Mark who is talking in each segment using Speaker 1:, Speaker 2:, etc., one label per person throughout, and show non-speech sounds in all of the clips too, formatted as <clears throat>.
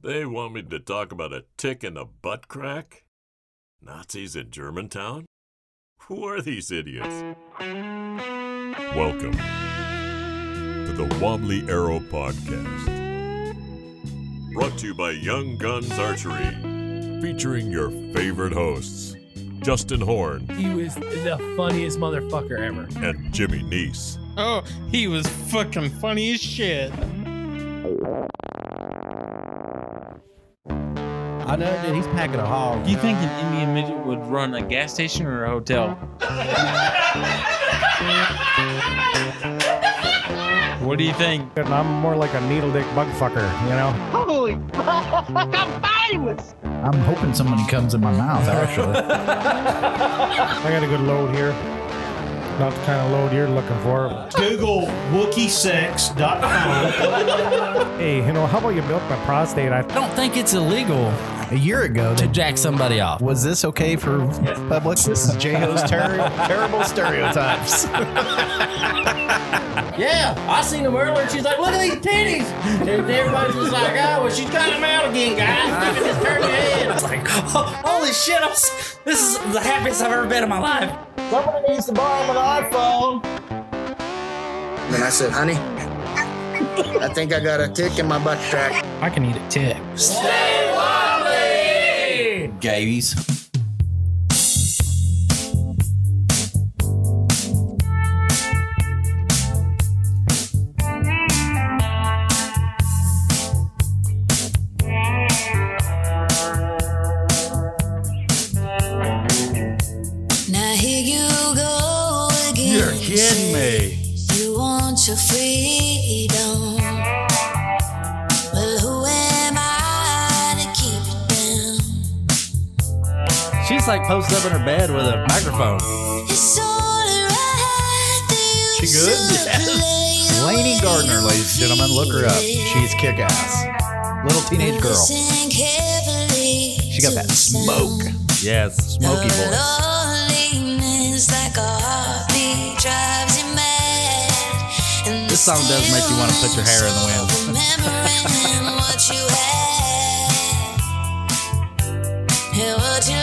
Speaker 1: They want me to talk about a tick in the butt crack? Nazis in Germantown? Who are these idiots? Welcome to the Wobbly Arrow Podcast. Brought to you by Young Guns Archery, featuring your favorite hosts, Justin Horn
Speaker 2: He was the funniest motherfucker ever.
Speaker 1: and Jimmy Neese.
Speaker 3: Oh, he was fucking funny as shit.
Speaker 4: I know, dude. He's packing a hog.
Speaker 3: You think an Indian midget would run a gas station or a hotel? what do you think?
Speaker 5: And I'm more like a needle dick bug fucker, you know?
Speaker 6: <laughs>
Speaker 7: Holy fuck! I'm famous!
Speaker 8: I'm hoping somebody comes in my mouth, actually.
Speaker 5: I got a good load here. Not the kind of load you're looking for.
Speaker 9: Google WookieSex.com.
Speaker 5: Hey, you know, how about you milk my prostate? I
Speaker 8: I don't think it's illegal a year ago to jack somebody off. Was this okay for public? This is
Speaker 4: <laughs>
Speaker 8: J-Ho's ter- terrible stereotypes.
Speaker 4: Yeah, I seen him earlier. She's like, look at these titties. And everybody's just like, oh, well, she's got them out again, guys. Look at this turn your head. It's like, oh, holy shit, I'm, s- this is the happiest I've ever been in my life.
Speaker 9: Somebody needs to borrow my iPhone.
Speaker 10: And I said, honey, I think I got a
Speaker 11: <laughs>
Speaker 10: tick in my butt crack.
Speaker 3: I can eat a tick.
Speaker 8: Gays.
Speaker 12: Now here you go again.
Speaker 8: You're kidding me.
Speaker 12: You want your freedom. Well, who am I to keep it down?
Speaker 4: She's like posted up in her bed with a microphone.
Speaker 12: It's only right that you
Speaker 8: She good?
Speaker 12: should play the
Speaker 8: Lainey
Speaker 12: way
Speaker 8: Gardner,
Speaker 12: you
Speaker 8: ladies and gentlemen, look her up.
Speaker 12: feel.
Speaker 8: She's kick-ass. Little teenage girl.
Speaker 12: Listen carefully
Speaker 8: She got
Speaker 12: to
Speaker 8: that
Speaker 12: the
Speaker 8: smoke.
Speaker 12: sound.
Speaker 8: Yes, smoky
Speaker 12: The
Speaker 8: voice.
Speaker 12: loneliness like a heartbeat drives you mad. And
Speaker 8: This song does make you wanna put your hair in the wind.
Speaker 12: silence of remembering
Speaker 8: <laughs>
Speaker 12: what you had and what you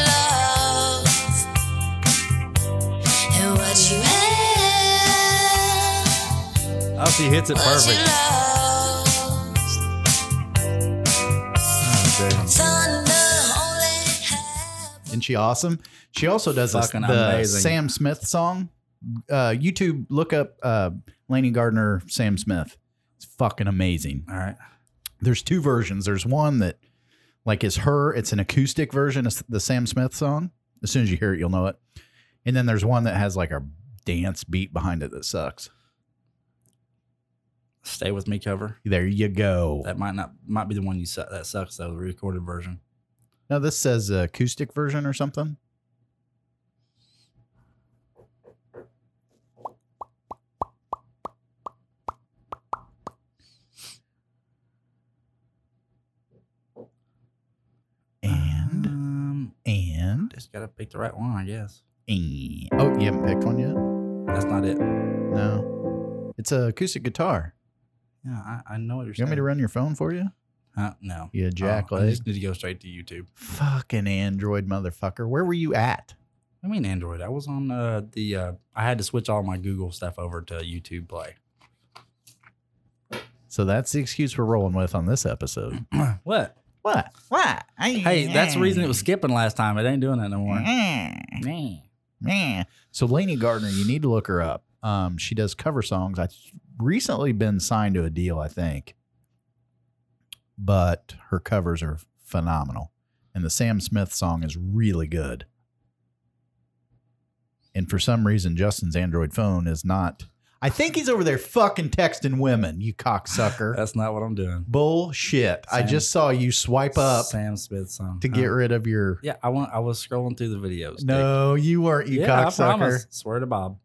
Speaker 12: loved and what you had,
Speaker 8: Oh, she hits it
Speaker 12: what you
Speaker 8: perfect.
Speaker 12: lost.
Speaker 8: Oh, damn.
Speaker 12: Thunder only happens
Speaker 8: Isn't she awesome? She also does this,
Speaker 4: Fucking
Speaker 8: the
Speaker 4: amazing.
Speaker 8: Sam Smith song. Uh, YouTube, look up uh, Laney Gardner, Sam Smith. It's fucking amazing.
Speaker 4: All right.
Speaker 8: There's two versions. There's one that like is her. It's an acoustic version of the Sam Smith song. As soon as you hear it, you'll know it. And then there's one that has like a dance beat behind it that sucks.
Speaker 4: Stay with me cover.
Speaker 8: There you go.
Speaker 4: That might not might be the one you su- that sucks though, the recorded version.
Speaker 8: Now this says acoustic version or something. And
Speaker 4: Um,
Speaker 8: and
Speaker 4: just gotta pick the right one, I guess. <clears throat>
Speaker 8: and oh, you haven't picked one yet?
Speaker 4: That's not it.
Speaker 8: No, it's a acoustic guitar.
Speaker 4: Yeah, I, I know what you're
Speaker 8: You
Speaker 4: saying.
Speaker 8: want me to run your phone for you?
Speaker 4: Uh, no.
Speaker 8: Yeah, jack
Speaker 4: Oh, I
Speaker 8: leg.
Speaker 4: just need to go straight to YouTube.
Speaker 8: Fucking Android motherfucker. Where were you at?
Speaker 4: I mean Android. I was on uh, the. Uh, I had to switch all my Google stuff over to YouTube Play.
Speaker 8: So that's the excuse we're rolling with on this episode.
Speaker 4: what?
Speaker 8: What? What?
Speaker 4: Hey, that's the reason it was skipping last time. It ain't doing that no more.
Speaker 8: Mm,
Speaker 4: Man.
Speaker 8: mm. So Lainey Gardner, you need to look her up. Um, she does cover songs. I've recently been signed to a deal, I think. But her covers are phenomenal. And the Sam Smith song is really good. And for some reason, Justin's Android phone is not. I think he's over there fucking texting women, you
Speaker 4: <laughs>
Speaker 8: cocksucker.
Speaker 4: That's not what I'm doing.
Speaker 8: Bullshit. I
Speaker 4: Sam-
Speaker 8: just saw you swipe up
Speaker 4: Sam Smith song
Speaker 8: to get
Speaker 4: Oh.
Speaker 8: rid of your.
Speaker 4: Yeah, I want. I was scrolling through the videos. Dick.
Speaker 8: No, you weren't, you
Speaker 4: yeah, I
Speaker 8: cocksucker.
Speaker 4: promise. Swear to Bob.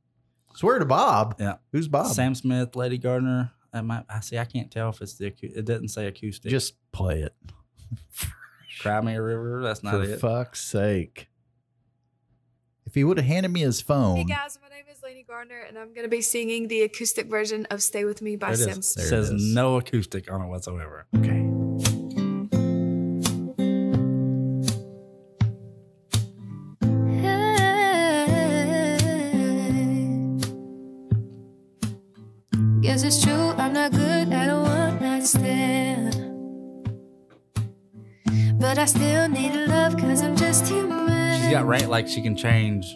Speaker 8: Swear to Bob.
Speaker 4: Yeah.
Speaker 8: Who's Bob?
Speaker 4: Sam Smith, Lady Gardner. I might. I see. I can't tell if it's the. acou- It doesn't say acoustic.
Speaker 8: Just play it.
Speaker 4: Cry Me a River. That's not
Speaker 8: For
Speaker 4: it.
Speaker 8: fuck's sake. If he would have handed me his phone.
Speaker 13: Hey guys, my name is Lainey Gardner, and I'm going to be singing the acoustic version of Stay With Me by
Speaker 4: There it is.
Speaker 13: Sims.
Speaker 8: There it
Speaker 4: says
Speaker 8: is.
Speaker 4: no acoustic on it whatsoever.
Speaker 8: Okay.
Speaker 12: Yes, it's true, I'm not good at a one night stand. But I still need love, cause I'm just human.
Speaker 14: She's got right like she can change.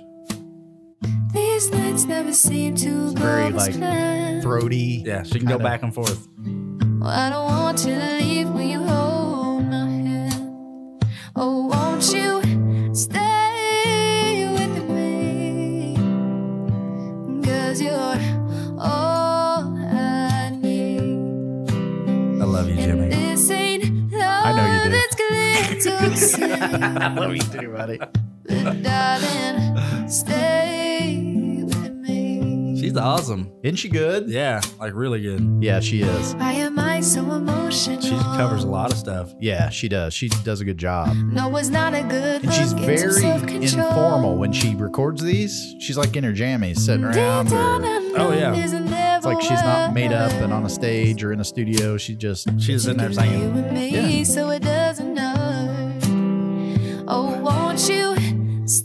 Speaker 12: These nights never seem to go
Speaker 14: Very
Speaker 12: as
Speaker 14: like
Speaker 12: planned.
Speaker 14: throaty.
Speaker 8: <laughs>
Speaker 14: Yeah, she can go back and forth.
Speaker 12: Well, I don't want you to leave when you hold my hand. Oh, won't you stay with me? Cause you're all I need.
Speaker 14: I love you, Jimmy.
Speaker 12: This ain't love
Speaker 14: know you do.
Speaker 12: that's clear to see.
Speaker 8: I
Speaker 14: <laughs>
Speaker 8: love you too, buddy.
Speaker 12: Darling, stay.
Speaker 14: She's awesome.
Speaker 8: Isn't she good?
Speaker 14: Yeah, like really good.
Speaker 8: Yeah, she is.
Speaker 12: Why am I so emotional?
Speaker 14: She covers a lot of stuff.
Speaker 8: Yeah, she does. She does a good job.
Speaker 12: No, it's not a good
Speaker 8: And she's
Speaker 12: look. It's a
Speaker 8: very
Speaker 12: self-control.
Speaker 8: informal when she records these. She's like in her jammies, sitting around. Or,
Speaker 14: Oh, yeah.
Speaker 8: It's like she's not made up and on a stage or in a studio. She just
Speaker 14: she's in there singing.
Speaker 12: me so it doesn't hurt. Oh, won't you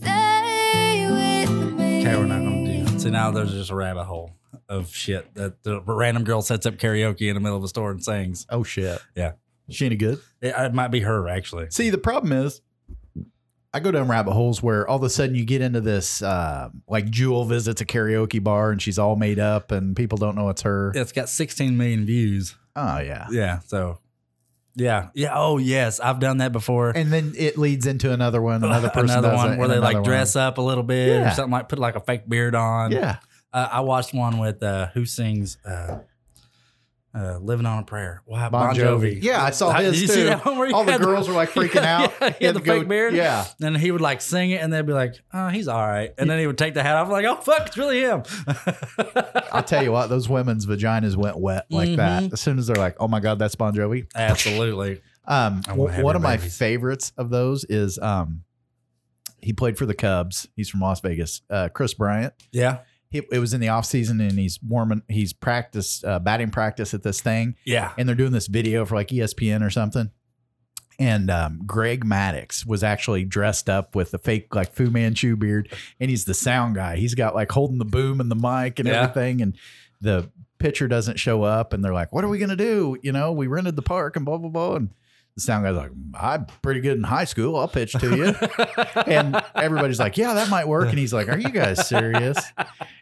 Speaker 12: stay with me?
Speaker 14: Okay, we're not gonna do. So now there's just a rabbit hole of Oh, shit that the random girl sets up karaoke in the middle of a store and sings.
Speaker 8: Oh shit.
Speaker 14: Yeah,
Speaker 8: she any good?
Speaker 14: It, it might be her actually.
Speaker 8: See, the problem is, I go down rabbit holes where all of a sudden you get into this, uh, like Jewel visits a karaoke bar and she's all made up and people don't know it's her.
Speaker 14: It's got 16 million views.
Speaker 8: Oh yeah,
Speaker 14: Yeah. So, yeah, yeah. Oh yes, I've done that before.
Speaker 8: and then it leads into another
Speaker 14: <laughs>
Speaker 8: one, another person,
Speaker 14: another
Speaker 8: does
Speaker 14: one
Speaker 8: it,
Speaker 14: where
Speaker 8: and
Speaker 14: they like
Speaker 8: another
Speaker 14: dress
Speaker 8: one.
Speaker 14: up a little bit
Speaker 8: Yeah.
Speaker 14: or something like put like a fake beard on.
Speaker 8: Yeah,
Speaker 14: Uh, I watched one with uh, who sings uh, uh, "Living on a Prayer." Wow,
Speaker 8: Bon Jovi. Yeah, I saw his
Speaker 14: Did you
Speaker 8: too.
Speaker 14: see that one where he
Speaker 8: Oh, All
Speaker 14: <laughs>
Speaker 8: the
Speaker 14: had
Speaker 8: girls were, like, freaking
Speaker 14: Yeah,
Speaker 8: out.
Speaker 14: Yeah, he
Speaker 8: He had
Speaker 14: had the
Speaker 8: to go-
Speaker 14: fake beard.
Speaker 8: yeah.
Speaker 14: and he would like sing it, and they'd be like, "Oh, he's all right," and then he would take the hat off, like, "Oh fuck, it's really him." <laughs>
Speaker 8: I'll tell you what, those women's vaginas went wet like
Speaker 14: Mm-hmm.
Speaker 8: that as soon as they're like, "Oh my god, that's Bon Jovi."
Speaker 14: Absolutely.
Speaker 8: Um,
Speaker 14: I wanna have
Speaker 8: one
Speaker 14: your
Speaker 8: of my
Speaker 14: babies.
Speaker 8: favorites of those is um, he played for the Cubs. He's from Las Vegas. Uh, Chris Bryant.
Speaker 14: Yeah.
Speaker 8: He, it was in the off season, and he's warming. He's practice uh, batting practice at this thing,
Speaker 14: Yeah.
Speaker 8: and they're doing this video for like E ESPN or something. And um, Greg Maddox was actually dressed up with the fake like Fu Manchu beard, and he's the sound guy. He's got like holding the boom and the mic and
Speaker 14: Yeah.
Speaker 8: everything, and the pitcher doesn't show up, and they're like, "What are we gonna do? You know, we rented the park and blah blah blah." And the sound guy's like, "I'm pretty good in high school. I'll pitch to you."
Speaker 14: <laughs>
Speaker 8: and everybody's like, "Yeah, that might work." And he's like, "Are you guys serious?"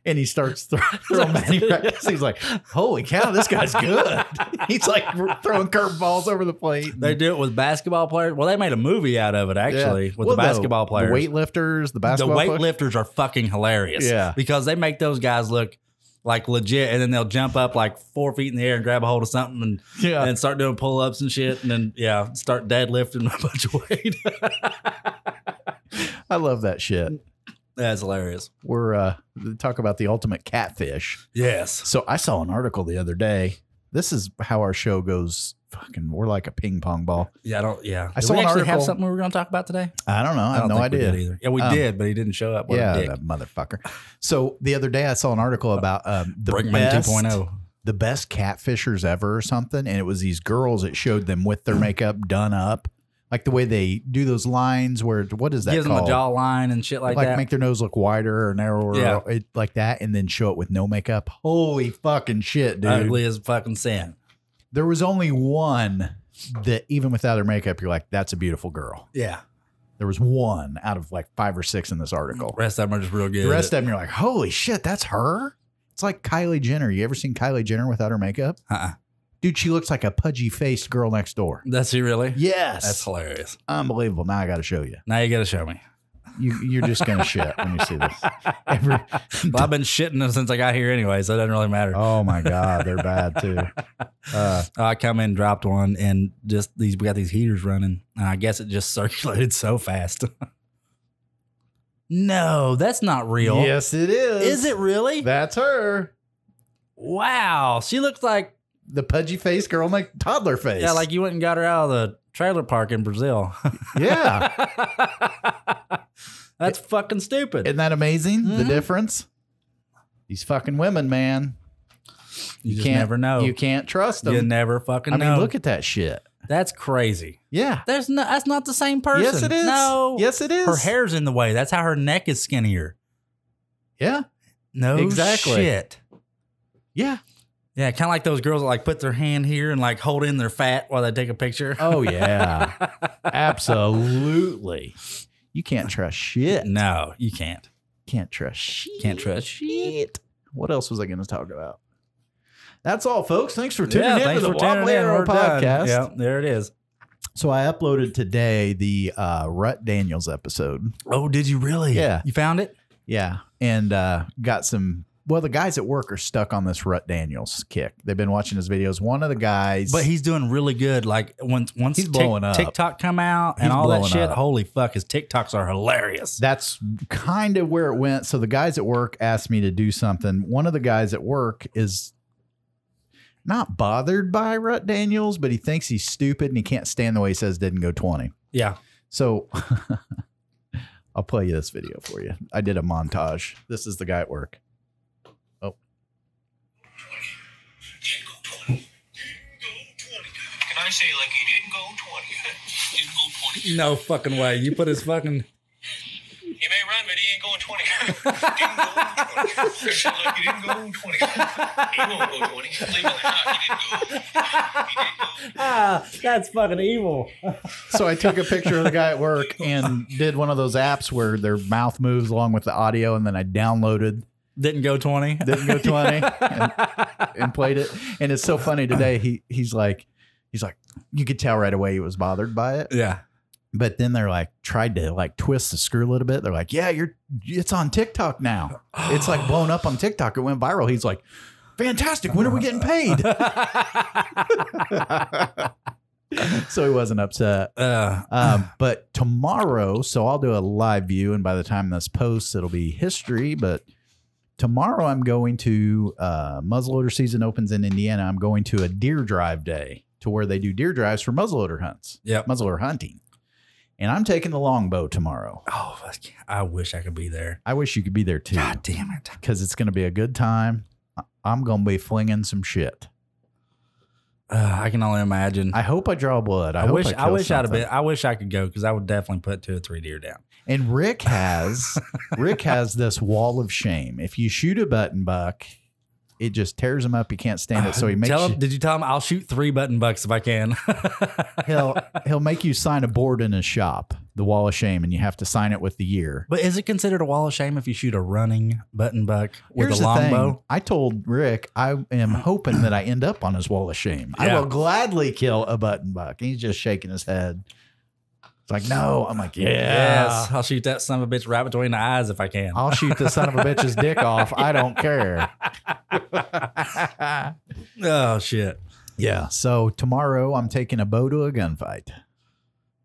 Speaker 8: And he starts
Speaker 14: <laughs>
Speaker 8: throw- throwing many rackets. He's like, "Holy cow, this guy's good!" <laughs> He's like throwing curveballs over the plate.
Speaker 14: They do it with basketball players. Well, they made a movie out of it actually
Speaker 8: Yeah.
Speaker 14: with
Speaker 8: Well,
Speaker 14: the basketball players.
Speaker 8: the weightlifters, the basketball,
Speaker 14: the
Speaker 8: players.
Speaker 14: weightlifters are fucking hilarious.
Speaker 8: Yeah.
Speaker 14: Because they make those guys look like legit and then they'll jump up like four feet in the air and grab a hold of something and,
Speaker 8: Yeah.
Speaker 14: and start doing pull ups and shit and then yeah, start deadlifting a bunch of weight.
Speaker 8: I love that shit.
Speaker 14: That's hilarious.
Speaker 8: We're uh, talk about the ultimate catfish.
Speaker 14: Yes.
Speaker 8: So I saw an article the other day. This is how our show goes. Fucking, we're like a ping pong ball.
Speaker 14: Yeah, I don't yeah.
Speaker 8: I
Speaker 14: Did
Speaker 8: saw
Speaker 14: we
Speaker 8: an
Speaker 14: actually have
Speaker 8: article-
Speaker 14: something we were gonna talk about today?
Speaker 8: I don't know. I, have
Speaker 14: don't
Speaker 8: no
Speaker 14: think we
Speaker 8: idea
Speaker 14: did either. Yeah, we
Speaker 8: Um,
Speaker 14: did, but he didn't show up. What
Speaker 8: yeah,
Speaker 14: a dick. Uh,
Speaker 8: that motherfucker. So the other day I saw an article about um, the
Speaker 14: Brinkman
Speaker 8: best,
Speaker 14: 2.0.
Speaker 8: the best catfishers ever or something, and it was these girls that showed them with their makeup done up, like the way they do those lines where what is that
Speaker 14: Gives them
Speaker 8: called?
Speaker 14: the jawline and shit like,
Speaker 8: like
Speaker 14: that.
Speaker 8: make their nose look wider or narrower,
Speaker 14: Yeah.
Speaker 8: or it, like that, and then show it with no makeup. Holy fucking shit, dude!
Speaker 14: Ugly as fucking sin.
Speaker 8: There was only one that even without her makeup, you're like, that's a beautiful girl.
Speaker 14: Yeah.
Speaker 8: There was one out of like five or six in this article.
Speaker 14: Rest of them are just real good.
Speaker 8: The rest of them, you're like, holy shit, that's her. It's like Kylie Jenner. You ever seen Kylie Jenner without her makeup?
Speaker 14: Uh-uh.
Speaker 8: Dude, she looks like a pudgy faced girl next door.
Speaker 14: That's you really?
Speaker 8: Yes,
Speaker 14: That's hilarious.
Speaker 8: unbelievable. Now I got to show you.
Speaker 14: Now you got to show me.
Speaker 8: You, you're just gonna shit when you see this. <laughs> Every,
Speaker 14: Well, I've been shitting them since I got here anyway, so it doesn't really matter. Oh,
Speaker 8: oh my god, they're bad
Speaker 14: <laughs>
Speaker 8: too. Uh,
Speaker 14: I come in, dropped one, and just these we got these heaters running, and I guess it just <laughs> circulated so fast. <laughs> no, that's not real.
Speaker 8: yes, it is.
Speaker 14: Is it really?
Speaker 8: That's her.
Speaker 14: wow, she looks like
Speaker 8: The pudgy faced girl, like toddler face.
Speaker 14: yeah, like you went and got her out of the trailer park in Brazil.
Speaker 8: <laughs>
Speaker 14: <laughs>
Speaker 8: yeah.
Speaker 14: that's fucking stupid.
Speaker 8: Isn't that amazing? The
Speaker 14: Mhm.
Speaker 8: difference. These fucking women, man.
Speaker 14: you just
Speaker 8: can't
Speaker 14: never know.
Speaker 8: You can't trust them.
Speaker 14: You never fucking
Speaker 8: I
Speaker 14: know.
Speaker 8: mean, look at that shit.
Speaker 14: that's crazy.
Speaker 8: Yeah.
Speaker 14: There's no, that's not the same person.
Speaker 8: Yes, it is.
Speaker 14: No,
Speaker 8: Yes, it is.
Speaker 14: her hair's in the way. That's how her neck is skinnier.
Speaker 8: Yeah.
Speaker 14: No
Speaker 8: Exactly.
Speaker 14: shit.
Speaker 8: Yeah.
Speaker 14: Yeah, kind of like those girls that like put their hand here and like hold in their fat while they take a picture.
Speaker 8: Oh yeah,
Speaker 14: <laughs>
Speaker 8: absolutely. You can't trust shit.
Speaker 14: No, you can't.
Speaker 8: Can't trust shit.
Speaker 14: Can't trust shit.
Speaker 8: What else was I going to talk about? That's all, folks. Thanks for tuning
Speaker 14: yeah,
Speaker 8: in
Speaker 14: thanks
Speaker 8: to the
Speaker 14: for tuning
Speaker 8: Wobbly
Speaker 14: in.
Speaker 8: Arrow
Speaker 14: We're done.
Speaker 8: podcast.
Speaker 14: Yeah, there it is.
Speaker 8: So I uploaded today the uh, Rut Daniels episode.
Speaker 14: Oh, did you really?
Speaker 8: Yeah.
Speaker 14: You found it?
Speaker 8: Yeah, and uh, got some. Well, the guys at work are stuck on this Rut Daniels kick. They've been watching his videos. One of the guys,
Speaker 14: But he's doing really good. Like once once
Speaker 8: He's
Speaker 14: Tik-
Speaker 8: blowing up.
Speaker 14: TikTok come out and
Speaker 8: He's
Speaker 14: all that
Speaker 8: blowing
Speaker 14: shit.
Speaker 8: up.
Speaker 14: Holy fuck, his TikToks are hilarious.
Speaker 8: that's kind of where it went. So the guys at work asked me to do something. One of the guys at work is not bothered by Rut Daniels, but he thinks he's stupid and he can't stand the way he says didn't go 20.
Speaker 14: Yeah.
Speaker 8: So <laughs> I'll play you this video for you. I did a montage. This is the guy at work. Oh.
Speaker 11: Can I say like he didn't go twenty? didn't go twenty.
Speaker 14: No fucking way. You put his <laughs> fucking
Speaker 11: He may run, but he ain't going twenty. didn't go twenty. I said like he didn't go twenty. He won't go twenty. Leave it like that. He didn't go.
Speaker 14: Ah, that's fucking evil.
Speaker 8: So I took a picture of the guy at work and did one of those apps where their mouth moves along with the audio, and then I downloaded
Speaker 14: Didn't go 20.
Speaker 8: didn't go 20 and,
Speaker 14: <laughs>
Speaker 8: and played it and it's so funny today he he's like he's like you could tell right away he was bothered by it
Speaker 14: yeah.
Speaker 8: but then they're like tried to like twist the screw a little bit they're like yeah you're it's on tiktok now it's like blown up on tiktok it went viral he's like fantastic when are we getting paid <laughs> so he wasn't upset
Speaker 14: <gasps> Uh,
Speaker 8: um, but tomorrow, so I'll do a live view, and by the time this posts, it'll be history. But tomorrow, I'm going to uh, muzzleloader season opens in Indiana. I'm going to a deer drive day to where they do deer drives for muzzleloader hunts,
Speaker 14: Yep.
Speaker 8: muzzleloader hunting. And I'm taking the longbow tomorrow.
Speaker 14: <sighs> Oh, fuck. I wish I could be there.
Speaker 8: I wish you could be there too,
Speaker 14: God damn it.
Speaker 8: because it's going to be a good time. I- I'm going to be flinging some shit.
Speaker 14: Uh, I can only imagine.
Speaker 8: I hope I draw blood. I,
Speaker 14: I,
Speaker 8: hope
Speaker 14: wish I,
Speaker 8: kill
Speaker 14: wish I'd have
Speaker 8: something.
Speaker 14: been I wish I could go because I would definitely put two or three deer down.
Speaker 8: And Rick
Speaker 14: <laughs>
Speaker 8: has Rick has this wall of shame. If you shoot a button buck, it just tears him up. He can't stand it. <laughs> So he makes
Speaker 14: <laughs> tell
Speaker 8: you,
Speaker 14: him, did you tell him I'll shoot three button bucks if I can? <laughs>
Speaker 8: he'll he'll make you sign a board in his shop, the wall of shame, and you have to sign it with the year.
Speaker 14: but is it considered a wall of shame if you shoot a running button buck with
Speaker 8: Here's
Speaker 14: a
Speaker 8: the thing.
Speaker 14: longbow?
Speaker 8: I told Rick I am hoping that I end up on his wall of shame. I
Speaker 14: Yeah.
Speaker 8: will gladly kill a button buck. And he's just shaking his head. It's like no. I'm like yeah.
Speaker 14: Yes, I'll shoot that son of a bitch right between the eyes if I can.
Speaker 8: I'll shoot the son of a bitch's dick off. I don't <laughs> care.
Speaker 14: oh shit!
Speaker 8: Yeah. So tomorrow I'm taking a bow to a gunfight.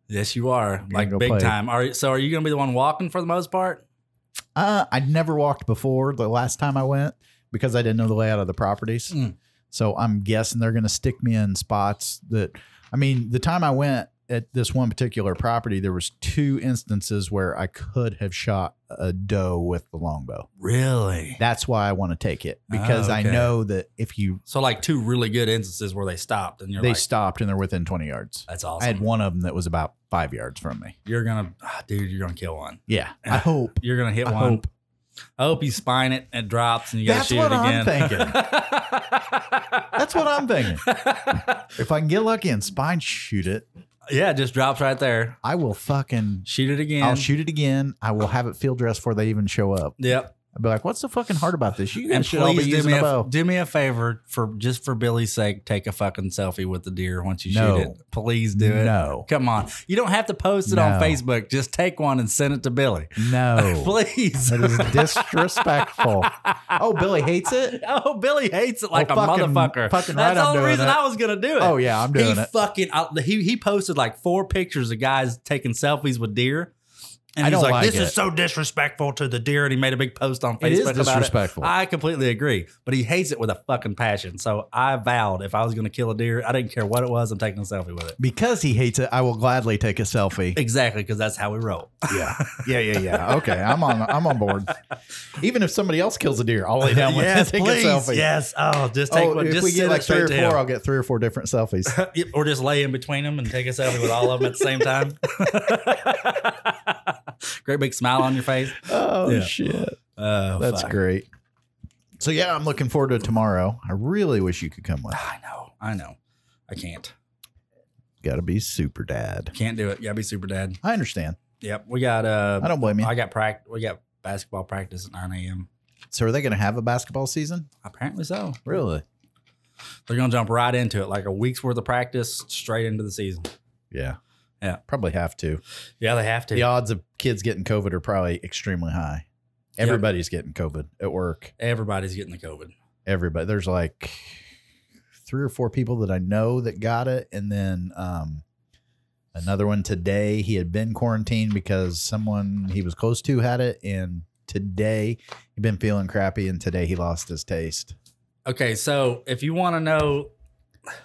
Speaker 14: Yes, you are like
Speaker 8: go
Speaker 14: big
Speaker 8: play.
Speaker 14: time. Are you- so? Are you gonna be the one walking for the most part?
Speaker 8: Uh, I'd never walked before the last time I went because I didn't know the layout of the properties.
Speaker 14: Mm.
Speaker 8: So I'm guessing they're going to stick me in spots that, I mean, the time I went at this one particular property, there was two instances where I could have shot a doe with the longbow.
Speaker 14: Really?
Speaker 8: That's why I want to take it because I
Speaker 14: Ah, Okay.
Speaker 8: know that if you
Speaker 14: So like two really good instances where they stopped and you're
Speaker 8: they
Speaker 14: like,
Speaker 8: stopped and they're within 20 yards.
Speaker 14: that's
Speaker 8: I had
Speaker 14: awesome.
Speaker 8: one of them that was about five yards from me.
Speaker 14: You're gonna, ah, dude. You're gonna kill one.
Speaker 8: Yeah,
Speaker 14: <laughs>
Speaker 8: I hope.
Speaker 14: You're gonna hit
Speaker 8: I
Speaker 14: one.
Speaker 8: hope.
Speaker 14: I hope you spine it and it drops and you gotta
Speaker 8: That's
Speaker 14: shoot
Speaker 8: what
Speaker 14: it
Speaker 8: I'm
Speaker 14: again. <laughs>
Speaker 8: That's what I'm thinking. if I can get lucky and spine shoot it,
Speaker 14: <laughs> yeah, it just drops right there.
Speaker 8: I will fucking.
Speaker 14: Shoot it again.
Speaker 8: I'll shoot it again. I will have it field dressed before they even show up.
Speaker 14: Yep.
Speaker 8: I'll be like, "What's so fucking hard about this? You
Speaker 14: And
Speaker 8: guys should all be
Speaker 14: please do
Speaker 8: using
Speaker 14: me
Speaker 8: a
Speaker 14: a,
Speaker 8: bow."
Speaker 14: do me a favor for just for Billy's sake, take a fucking selfie with the deer once you
Speaker 8: No.
Speaker 14: shoot it. Please do it.
Speaker 8: No,
Speaker 14: Come on. You don't have to post it on
Speaker 8: No.
Speaker 14: Facebook. Just take one and send it to Billy. <laughs>
Speaker 8: no,
Speaker 14: Please.
Speaker 8: that
Speaker 14: <laughs>
Speaker 8: is disrespectful. oh, Billy hates it.
Speaker 14: Oh, Billy hates it <laughs> like
Speaker 8: Oh,
Speaker 14: a
Speaker 8: fucking-
Speaker 14: motherfucker.
Speaker 8: fucking right,
Speaker 14: That's
Speaker 8: I'm
Speaker 14: the only
Speaker 8: doing
Speaker 14: reason
Speaker 8: it.
Speaker 14: I was gonna do it.
Speaker 8: Oh yeah, I'm doing
Speaker 14: he
Speaker 8: it.
Speaker 14: fucking I, he he posted like four pictures of guys taking selfies with deer. And
Speaker 8: I
Speaker 14: he's
Speaker 8: don't
Speaker 14: like,
Speaker 8: like
Speaker 14: this is
Speaker 8: it.
Speaker 14: so disrespectful to the deer. And he made a big post on Facebook
Speaker 8: It is
Speaker 14: about
Speaker 8: disrespectful.
Speaker 14: it. I completely agree. But he hates it with a fucking passion. So I vowed if I was going to kill a deer, I didn't care what it was, I'm taking a selfie with it.
Speaker 8: Because he hates it, I will gladly take a
Speaker 14: <laughs>
Speaker 8: selfie.
Speaker 14: Exactly, because that's how
Speaker 8: <laughs>
Speaker 14: we roll.
Speaker 8: Yeah, yeah, yeah, yeah. Okay, I'm on. I'm on board. <laughs> Even if somebody else kills a deer, I'll lay down with
Speaker 14: yes,
Speaker 8: it. and
Speaker 14: please.
Speaker 8: Take a selfie.
Speaker 14: Yes. Oh, just take
Speaker 8: oh,
Speaker 14: one.
Speaker 8: if
Speaker 14: just
Speaker 8: we get
Speaker 14: send
Speaker 8: like
Speaker 14: it
Speaker 8: three
Speaker 14: straight
Speaker 8: or
Speaker 14: to
Speaker 8: four,
Speaker 14: him.
Speaker 8: I'll get three or four different selfies.
Speaker 14: <laughs> Yep, or just lay in between them and take a selfie with all of them at the same time. <laughs> Great big smile on your face.
Speaker 8: oh
Speaker 14: Yeah.
Speaker 8: shit,
Speaker 14: Oh,
Speaker 8: that's
Speaker 14: fuck.
Speaker 8: great. So yeah, I'm looking forward to tomorrow. I really wish you could come with.
Speaker 14: I know. I know. I can't.
Speaker 8: Got to be super dad.
Speaker 14: Can't do it. Gotta be super dad.
Speaker 8: I understand.
Speaker 14: Yep. We got uh
Speaker 8: I don't blame you.
Speaker 14: I got practice we got basketball practice at nine AM.
Speaker 8: So are they going to have a basketball season?
Speaker 14: Apparently so.
Speaker 8: Really?
Speaker 14: They're gonna jump right into it. Like a week's worth of practice straight into the season.
Speaker 8: Yeah.
Speaker 14: Yeah.
Speaker 8: Probably have to.
Speaker 14: Yeah, they have to.
Speaker 8: The odds of kids getting COVID are probably extremely high. Everybody's getting COVID at work.
Speaker 14: Everybody's getting the COVID.
Speaker 8: Everybody. There's like three or four people that I know that got it, and then um, another one today. He had been quarantined because someone he was close to had it, and today he'd been feeling crappy, and today he lost his taste.
Speaker 14: Okay, so if you want to know,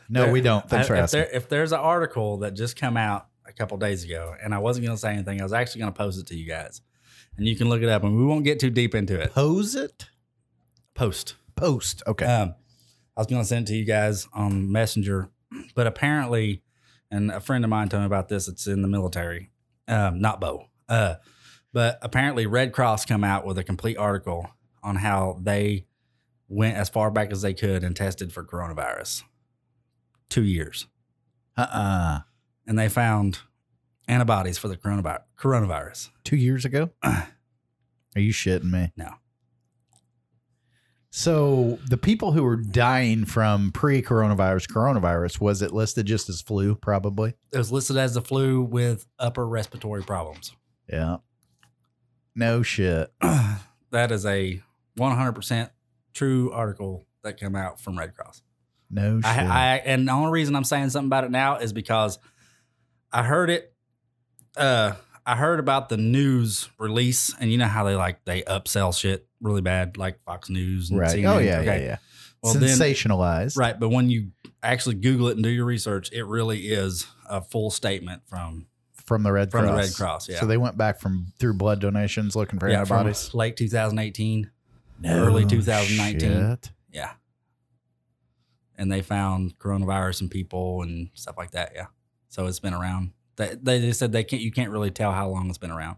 Speaker 8: No, we don't. Thanks for
Speaker 14: if
Speaker 8: asking.
Speaker 14: there- if there's an article that just come out a couple days ago, and I wasn't going to say anything, I was actually going to post it to you guys, and you can look it up, and we won't get too deep into it.
Speaker 8: Pose it.
Speaker 14: Post.
Speaker 8: Post. Okay.
Speaker 14: Um, I was going to send it to you guys on Messenger, but apparently, and a friend of mine told me about this. It's in the military, um, not Bo, uh, but apparently Red Cross come out with a complete article on how they went as far back as they could and tested for coronavirus. Two years,
Speaker 8: Uh-uh.
Speaker 14: and they found antibodies for the coronavirus. Coronavirus.
Speaker 8: Two years ago? <clears throat> Are you shitting me?
Speaker 14: No.
Speaker 8: So the people who were dying from pre-coronavirus coronavirus was it listed just as flu? Probably.
Speaker 14: It was listed as the flu with upper respiratory problems.
Speaker 8: Yeah. No shit.
Speaker 14: <clears throat> that is a 100% true article that came out from Red Cross.
Speaker 8: No shit.
Speaker 14: I, I and the only reason I'm saying something about it now is because I heard it. Uh, I heard about the news release, and you know how they like they upsell shit really bad, like Fox News. And
Speaker 8: right.
Speaker 14: CNN.
Speaker 8: Oh yeah,
Speaker 14: Okay.
Speaker 8: yeah, yeah.
Speaker 14: Well, then,
Speaker 8: Sensationalized.
Speaker 14: right, but when you actually Google it and do your research, it really is a full statement from
Speaker 8: from the Red
Speaker 14: From the
Speaker 8: Cross.
Speaker 14: Red Cross, yeah.
Speaker 8: So they went back from through blood donations looking for
Speaker 14: yeah, from
Speaker 8: antibodies.
Speaker 14: late 2018,
Speaker 8: No
Speaker 14: early 2019.
Speaker 8: shit.
Speaker 14: Yeah. And they found coronavirus in people and stuff like that. Yeah. So it's been around. They, they just said they can't, you can't really tell how long it's been around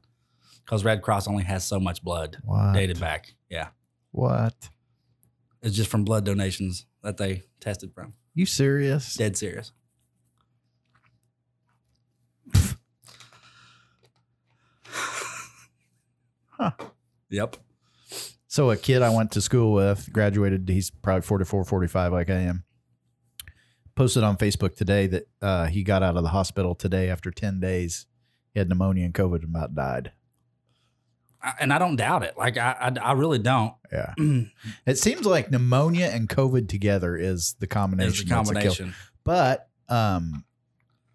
Speaker 14: because Red Cross only has so much blood
Speaker 8: What?
Speaker 14: dated back. Yeah.
Speaker 8: What?
Speaker 14: It's just from blood donations that they tested from.
Speaker 8: You serious?
Speaker 14: Dead serious.
Speaker 8: Huh.
Speaker 14: Yep.
Speaker 8: So a kid I went to school with graduated. He's probably 44, 45 like I am. Posted on Facebook today that uh, he got out of the hospital today after 10 days. He had pneumonia and COVID and about died.
Speaker 14: I, and I don't doubt it. Like, I, I, I really don't. <clears throat>
Speaker 8: Yeah. It seems like pneumonia and COVID together is the combination.
Speaker 14: It's a
Speaker 8: that's a kill.
Speaker 14: combination.
Speaker 8: But um,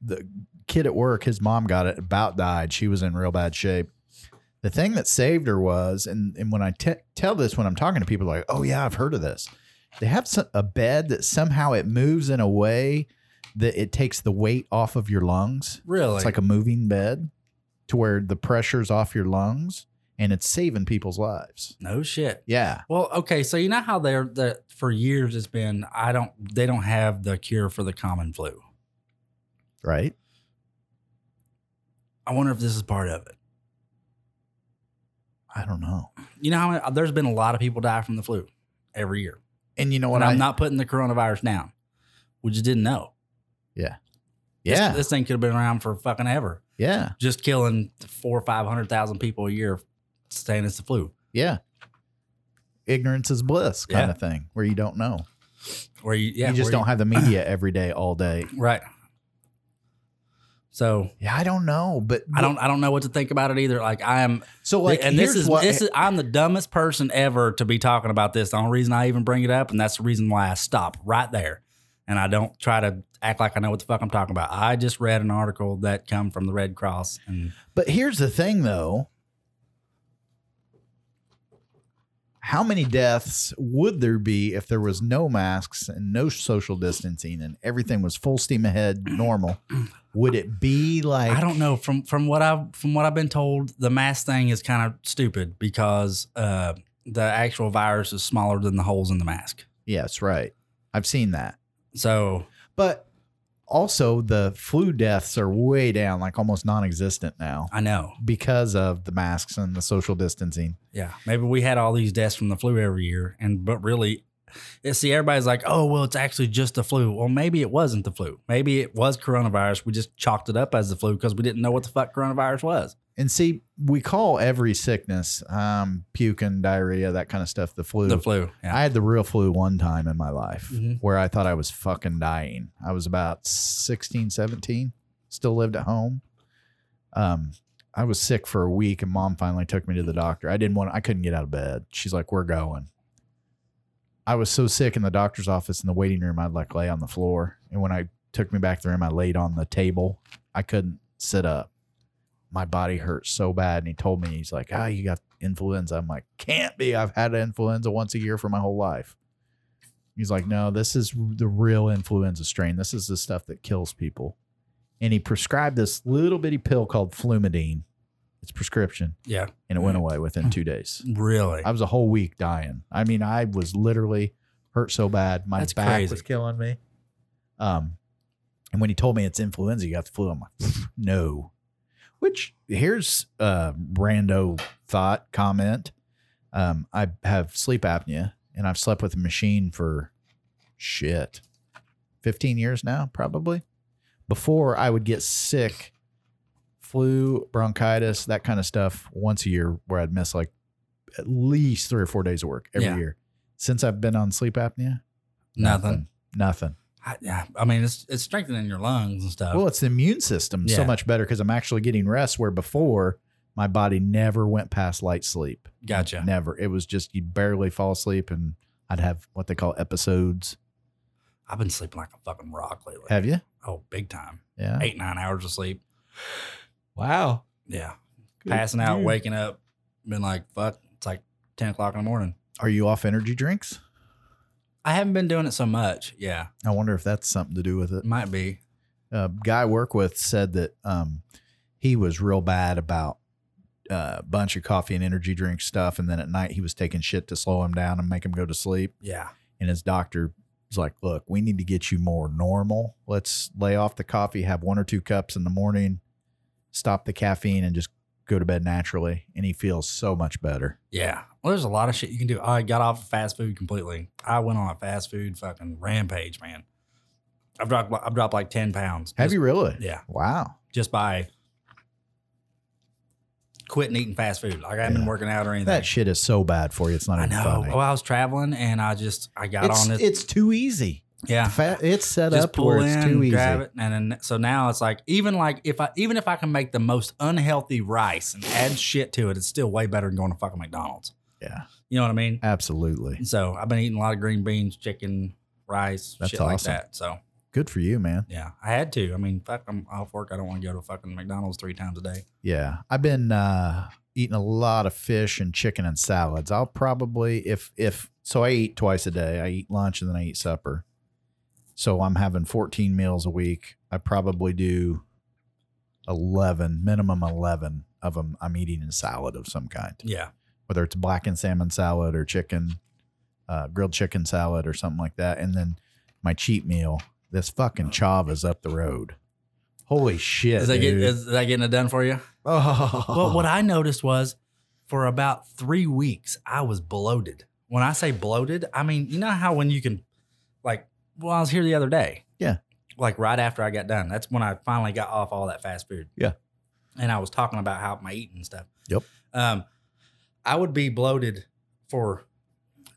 Speaker 8: the kid at work, his mom got it, about died. She was in real bad shape. The thing that saved her was, and, and when I te- tell this, when I'm talking to people, like, oh, yeah, I've heard of this. They have so- a bed that somehow it moves in a way that it takes the weight off of your lungs.
Speaker 14: Really?
Speaker 8: It's like a moving bed to where the pressure's off your lungs and it's saving people's lives.
Speaker 14: No shit.
Speaker 8: Yeah.
Speaker 14: Well, okay, so you know how they're that for years it's been I don't they don't have the cure for the common flu.
Speaker 8: Right.
Speaker 14: I wonder if this is part of it.
Speaker 8: I don't know.
Speaker 14: You know how there's been a lot of people die from the flu every year.
Speaker 8: And you know
Speaker 14: When
Speaker 8: what?
Speaker 14: I'm
Speaker 8: I-
Speaker 14: not putting the coronavirus down. We just didn't know.
Speaker 8: Yeah.
Speaker 14: This-
Speaker 8: Yeah.
Speaker 14: This, thing could have been around for fucking ever.
Speaker 8: Yeah.
Speaker 14: Just killing four or five hundred thousand people a year saying it's the flu.
Speaker 8: Yeah. Ignorance is bliss kind
Speaker 14: Yeah.
Speaker 8: of thing where you don't know.
Speaker 14: Where you yeah,
Speaker 8: you just
Speaker 14: where
Speaker 8: don't have the media every day, all day.
Speaker 14: Right. So
Speaker 8: Yeah, I don't know, but
Speaker 14: I don't I don't know what to think about it either. Like I am
Speaker 8: So, like,
Speaker 14: and this
Speaker 8: here's
Speaker 14: is
Speaker 8: what-
Speaker 14: this is I'm the dumbest person ever to be talking about this. The only reason I even bring it up, and that's the reason why I stop right there. And I don't try to act like I know what the fuck I'm talking about. I just read an article that come from the Red Cross and
Speaker 8: But here's the thing though. How many deaths would there be if there was no masks and no social distancing and everything was full steam ahead normal? Would it be like
Speaker 14: I don't know from from what I have from what I've been told, the mask thing is kind of stupid because uh, the actual virus is smaller than the holes in the mask.
Speaker 8: Yes, right. I've seen that.
Speaker 14: So
Speaker 8: But also the flu deaths are way down, like almost non-existent now.
Speaker 14: I know.
Speaker 8: because of the masks and the social distancing.
Speaker 14: Yeah, maybe we had all these deaths from the flu every year, and but really, it, see, everybody's like, "Oh, well, it's actually just the flu." Well, maybe it wasn't the flu. Maybe it was coronavirus. We just chalked it up as the flu because we didn't know what the fuck coronavirus was.
Speaker 8: And see, we call every sickness, um, puking, diarrhea, that kind of stuff, the flu.
Speaker 14: The flu, yeah.
Speaker 8: I had the real flu one time in my life where I thought I was fucking dying. I was about 16, 17, still lived at home. Um, I was sick for a week and mom finally took me to the doctor. I didn't want, I couldn't get out of bed. She's like, we're going. I was so sick in the doctor's office in the waiting room, I'd like lay on the floor. And when I took me back to the room, I laid on the table. I couldn't sit up. My body hurt so bad. And he told me, he's like, ah, you got influenza. I'm like, can't be. I've had influenza once a year for my whole life. He's like, no, this is the real influenza strain. This is the stuff that kills people. And he prescribed this little bitty pill called Flumidine. It's prescription.
Speaker 14: Yeah.
Speaker 8: And it went away within two
Speaker 14: <laughs>
Speaker 8: days.
Speaker 14: Really?
Speaker 8: I was a whole week dying. I mean, I was literally hurt so bad. My
Speaker 14: That's
Speaker 8: back
Speaker 14: crazy.
Speaker 8: was killing me. Um, and when he told me it's influenza, you got the flu. I'm like, no. Which here's a rando thought comment. Um, I have sleep apnea and I've slept with a machine for shit, 15 years now, probably. Before I would get sick, flu, bronchitis, that kind of stuff once a year where I'd miss like at least three or four days of work every
Speaker 14: Yeah.
Speaker 8: year. Since I've been on sleep apnea,
Speaker 14: Nothing.
Speaker 8: Nothing.
Speaker 14: I, yeah, I mean, it's it's strengthening your lungs and stuff.
Speaker 8: Well, it's the immune system so
Speaker 14: Uh, Yeah.
Speaker 8: much better because I'm actually getting rest where before my body never went past light sleep.
Speaker 14: Gotcha.
Speaker 8: Never. It was just you'd barely fall asleep and I'd have what they call episodes.
Speaker 14: I've been sleeping like a fucking rock lately.
Speaker 8: Have you?
Speaker 14: Oh, big time.
Speaker 8: Yeah.
Speaker 14: Eight nine hours of sleep.
Speaker 8: Wow.
Speaker 14: Yeah.
Speaker 8: Good
Speaker 14: Passing out,
Speaker 8: dude.
Speaker 14: waking up, been like, fuck. It's like ten o'clock in the morning.
Speaker 8: Are you off energy drinks?
Speaker 14: I haven't been doing it so much. Yeah.
Speaker 8: I wonder if that's something to do with it.
Speaker 14: Might be.
Speaker 8: A guy I work with said that um, he was real bad about uh, a bunch of coffee and energy drink stuff. And then at night he was taking shit to slow him down and make him go to sleep.
Speaker 14: Yeah.
Speaker 8: And his doctor was like, look, we need to get you more normal. Let's lay off the coffee, have one or two cups in the morning, stop the caffeine, and just go to bed naturally. And he feels so much better.
Speaker 14: Yeah. Well, there's a lot of shit you can do. I got off of fast food completely. I went on a fast food fucking rampage, man. I've dropped I've dropped like 10 pounds.
Speaker 8: Have
Speaker 14: just,
Speaker 8: you really?
Speaker 14: Yeah.
Speaker 8: Wow.
Speaker 14: Just by quitting eating fast food. Like I haven't been working out or anything.
Speaker 8: That shit is so bad for you. It's not
Speaker 14: I
Speaker 8: even
Speaker 14: know.
Speaker 8: funny.
Speaker 14: Well, I was traveling and I just I got
Speaker 8: it's,
Speaker 14: on this.
Speaker 8: it's too easy.
Speaker 14: yeah.
Speaker 8: Fa- it's set
Speaker 14: Just
Speaker 8: up where it's too easy.
Speaker 14: grab it, and then so now it's like even like if I even if I can make the most unhealthy rice and add shit to it, it's still way better than going to fucking McDonald's.
Speaker 8: Yeah.
Speaker 14: You know what I mean?
Speaker 8: Absolutely.
Speaker 14: So I've been eating a lot of green beans, chicken, rice,
Speaker 8: That's
Speaker 14: shit like
Speaker 8: awesome.
Speaker 14: that. So
Speaker 8: Good for you, man.
Speaker 14: yeah, I had to. I mean, fuck, I'm off work. I don't want to go to fucking McDonald's three times a day.
Speaker 8: Yeah. I've been uh eating a lot of fish and chicken and salads. I'll probably if if so I eat twice a day. I eat lunch and then I eat supper. So I'm having 14 meals a week. I probably do 11, minimum 11 of them I'm eating a salad of some kind.
Speaker 14: Yeah.
Speaker 8: Whether it's blackened salmon salad or chicken uh, grilled chicken salad or something like that. And then my cheat meal, this fucking chava's up the road. Holy shit.
Speaker 14: Is that, get,
Speaker 8: dude.
Speaker 14: is that getting it done for you?
Speaker 8: Oh.
Speaker 14: Well, what I noticed was for about three weeks, I was bloated. When I say bloated, I mean, you know how when you can, like, well, I was here the other day.
Speaker 8: Yeah.
Speaker 14: Like right after I got done. That's when I finally got off all that fast food.
Speaker 8: Yeah.
Speaker 14: And I was talking about how my eating and stuff.
Speaker 8: Yep.
Speaker 14: Um, I would be bloated for